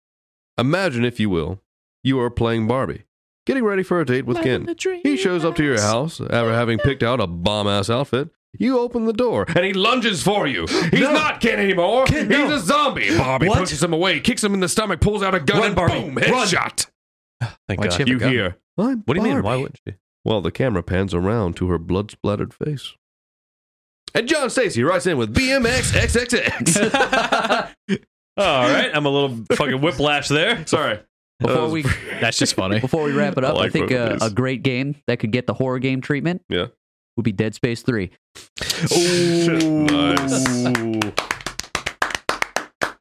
Imagine, if you will, you are playing Barbie, getting ready for a date with Ken. He shows up to your house after having picked out a bomb ass outfit. You open the door and he lunges for you. He's
No.
not Ken anymore.
Ken,
He's
no.
a zombie. Barbie
What?
pushes him away, kicks him in the stomach, pulls out a gun,
Run,
and
Barbie.
boom,
Run.
headshot.
Thank
Why'd
God.
she have a
You
gun?
hear? I'm
what do you mean? Why
Barbie."
wouldn't she?
Well, the camera pans around to her blood splattered face. And John Stacy writes in with BMX XXX.
All right, I'm a little fucking whiplash there.
Sorry.
Before we
That's just funny.
before we wrap it up,
I
I,
like
think
both of
uh, a
these.
great game that could get the horror game treatment.
Yeah.
Would be Dead Space Three.
nice.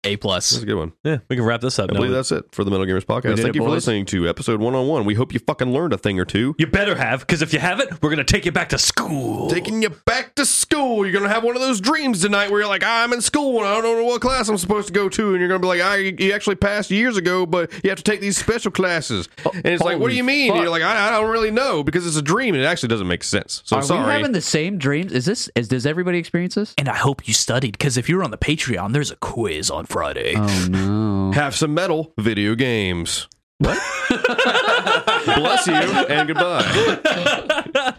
A
That's
plus.
a good one.
Yeah, we can wrap this up.
I
now.
believe that's it for the Metal Gamers
We
podcast.
did
Thank
it,
you for
boys.
listening to episode one on one. We hope you fucking learned a thing or two.
You better have, because if you haven't, we're gonna take you back to school.
Taking you back to school. You're gonna have one of those dreams tonight where you're like, I'm in school and I don't know what class I'm supposed to go to, and you're gonna be like, I you actually passed years ago, but you have to take these special classes. And it's like, what do
holy
you mean? And
fuck.
you're like, I, I don't really know because it's a dream and it actually doesn't make sense. So
Are
Oh, sorry.
we having the same dreams? Is this? Is does everybody experience this?
And I hope you studied because if you're on the Patreon, there's a quiz on Friday.
Oh no.
Have some metal video games. What? Bless you and goodbye.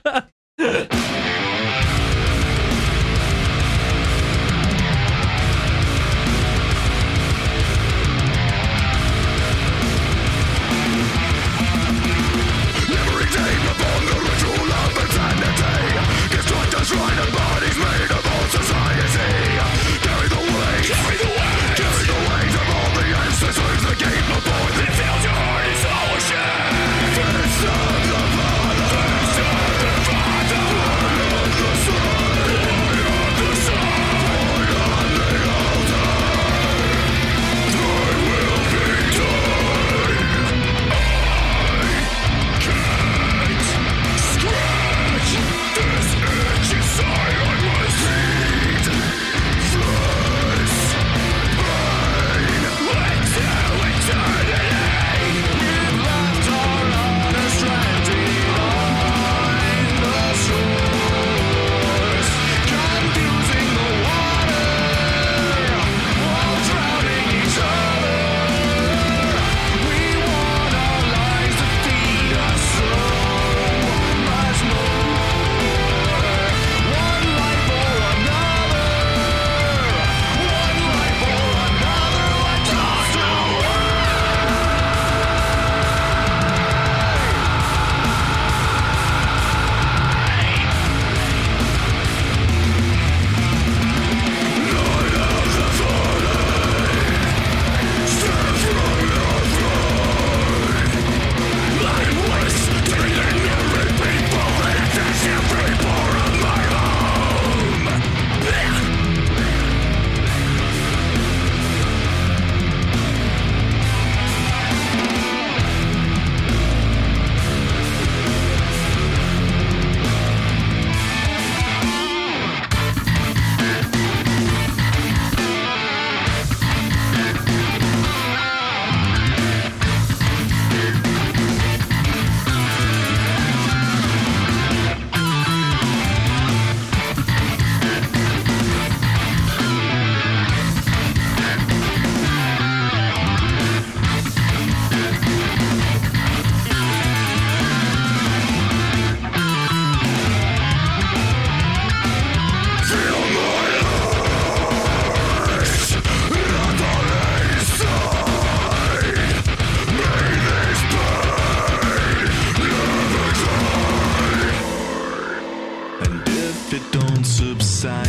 And if it don't subside,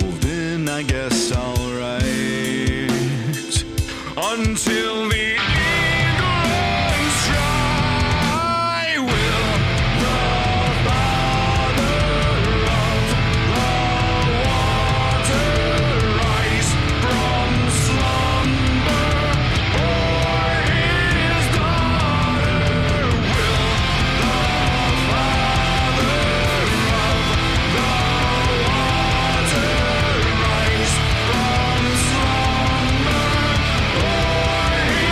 well then I guess I'll write until the eagles try. Will the father of the water rise from slumber, or his daughter? Rise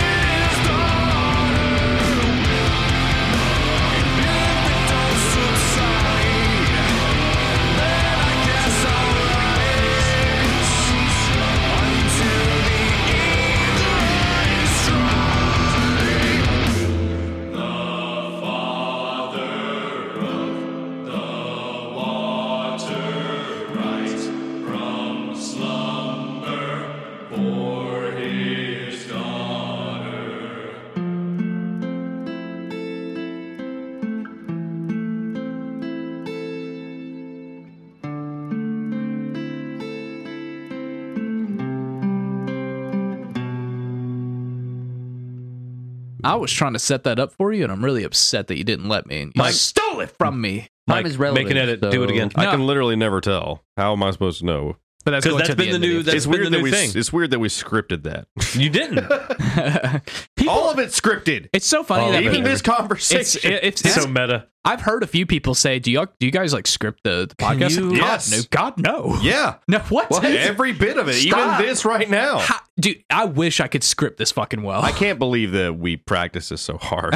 from slumber, or his I was trying to set that up for you, and I'm really upset that you didn't let me. And you
Mike-
stole it from me.
Mike,
is relevant,
Make an edit. Do it
so-
again.
I
No.
can literally never tell. How am I supposed to know?
But that's
'Cause
going
that's
to the
been
end
the
of
new- that's-
episode.
it's weird
been
that
the new
we
thing.
it's weird that we scripted that.
You didn't.
People-
All of it's scripted.
it's so funny that
Even
people-
this
It's,
conversation.
it- it's,
so meta.
I've heard a few people say, "Do you do you guys like script the, the
Can
podcast?"
you-
God,
Yes.
no, God no.
yeah.
No, what?
Well, every bit of it,
Stop.
even this right now.
How- dude, I wish I could script this fucking well.
I can't believe that we practice this so hard.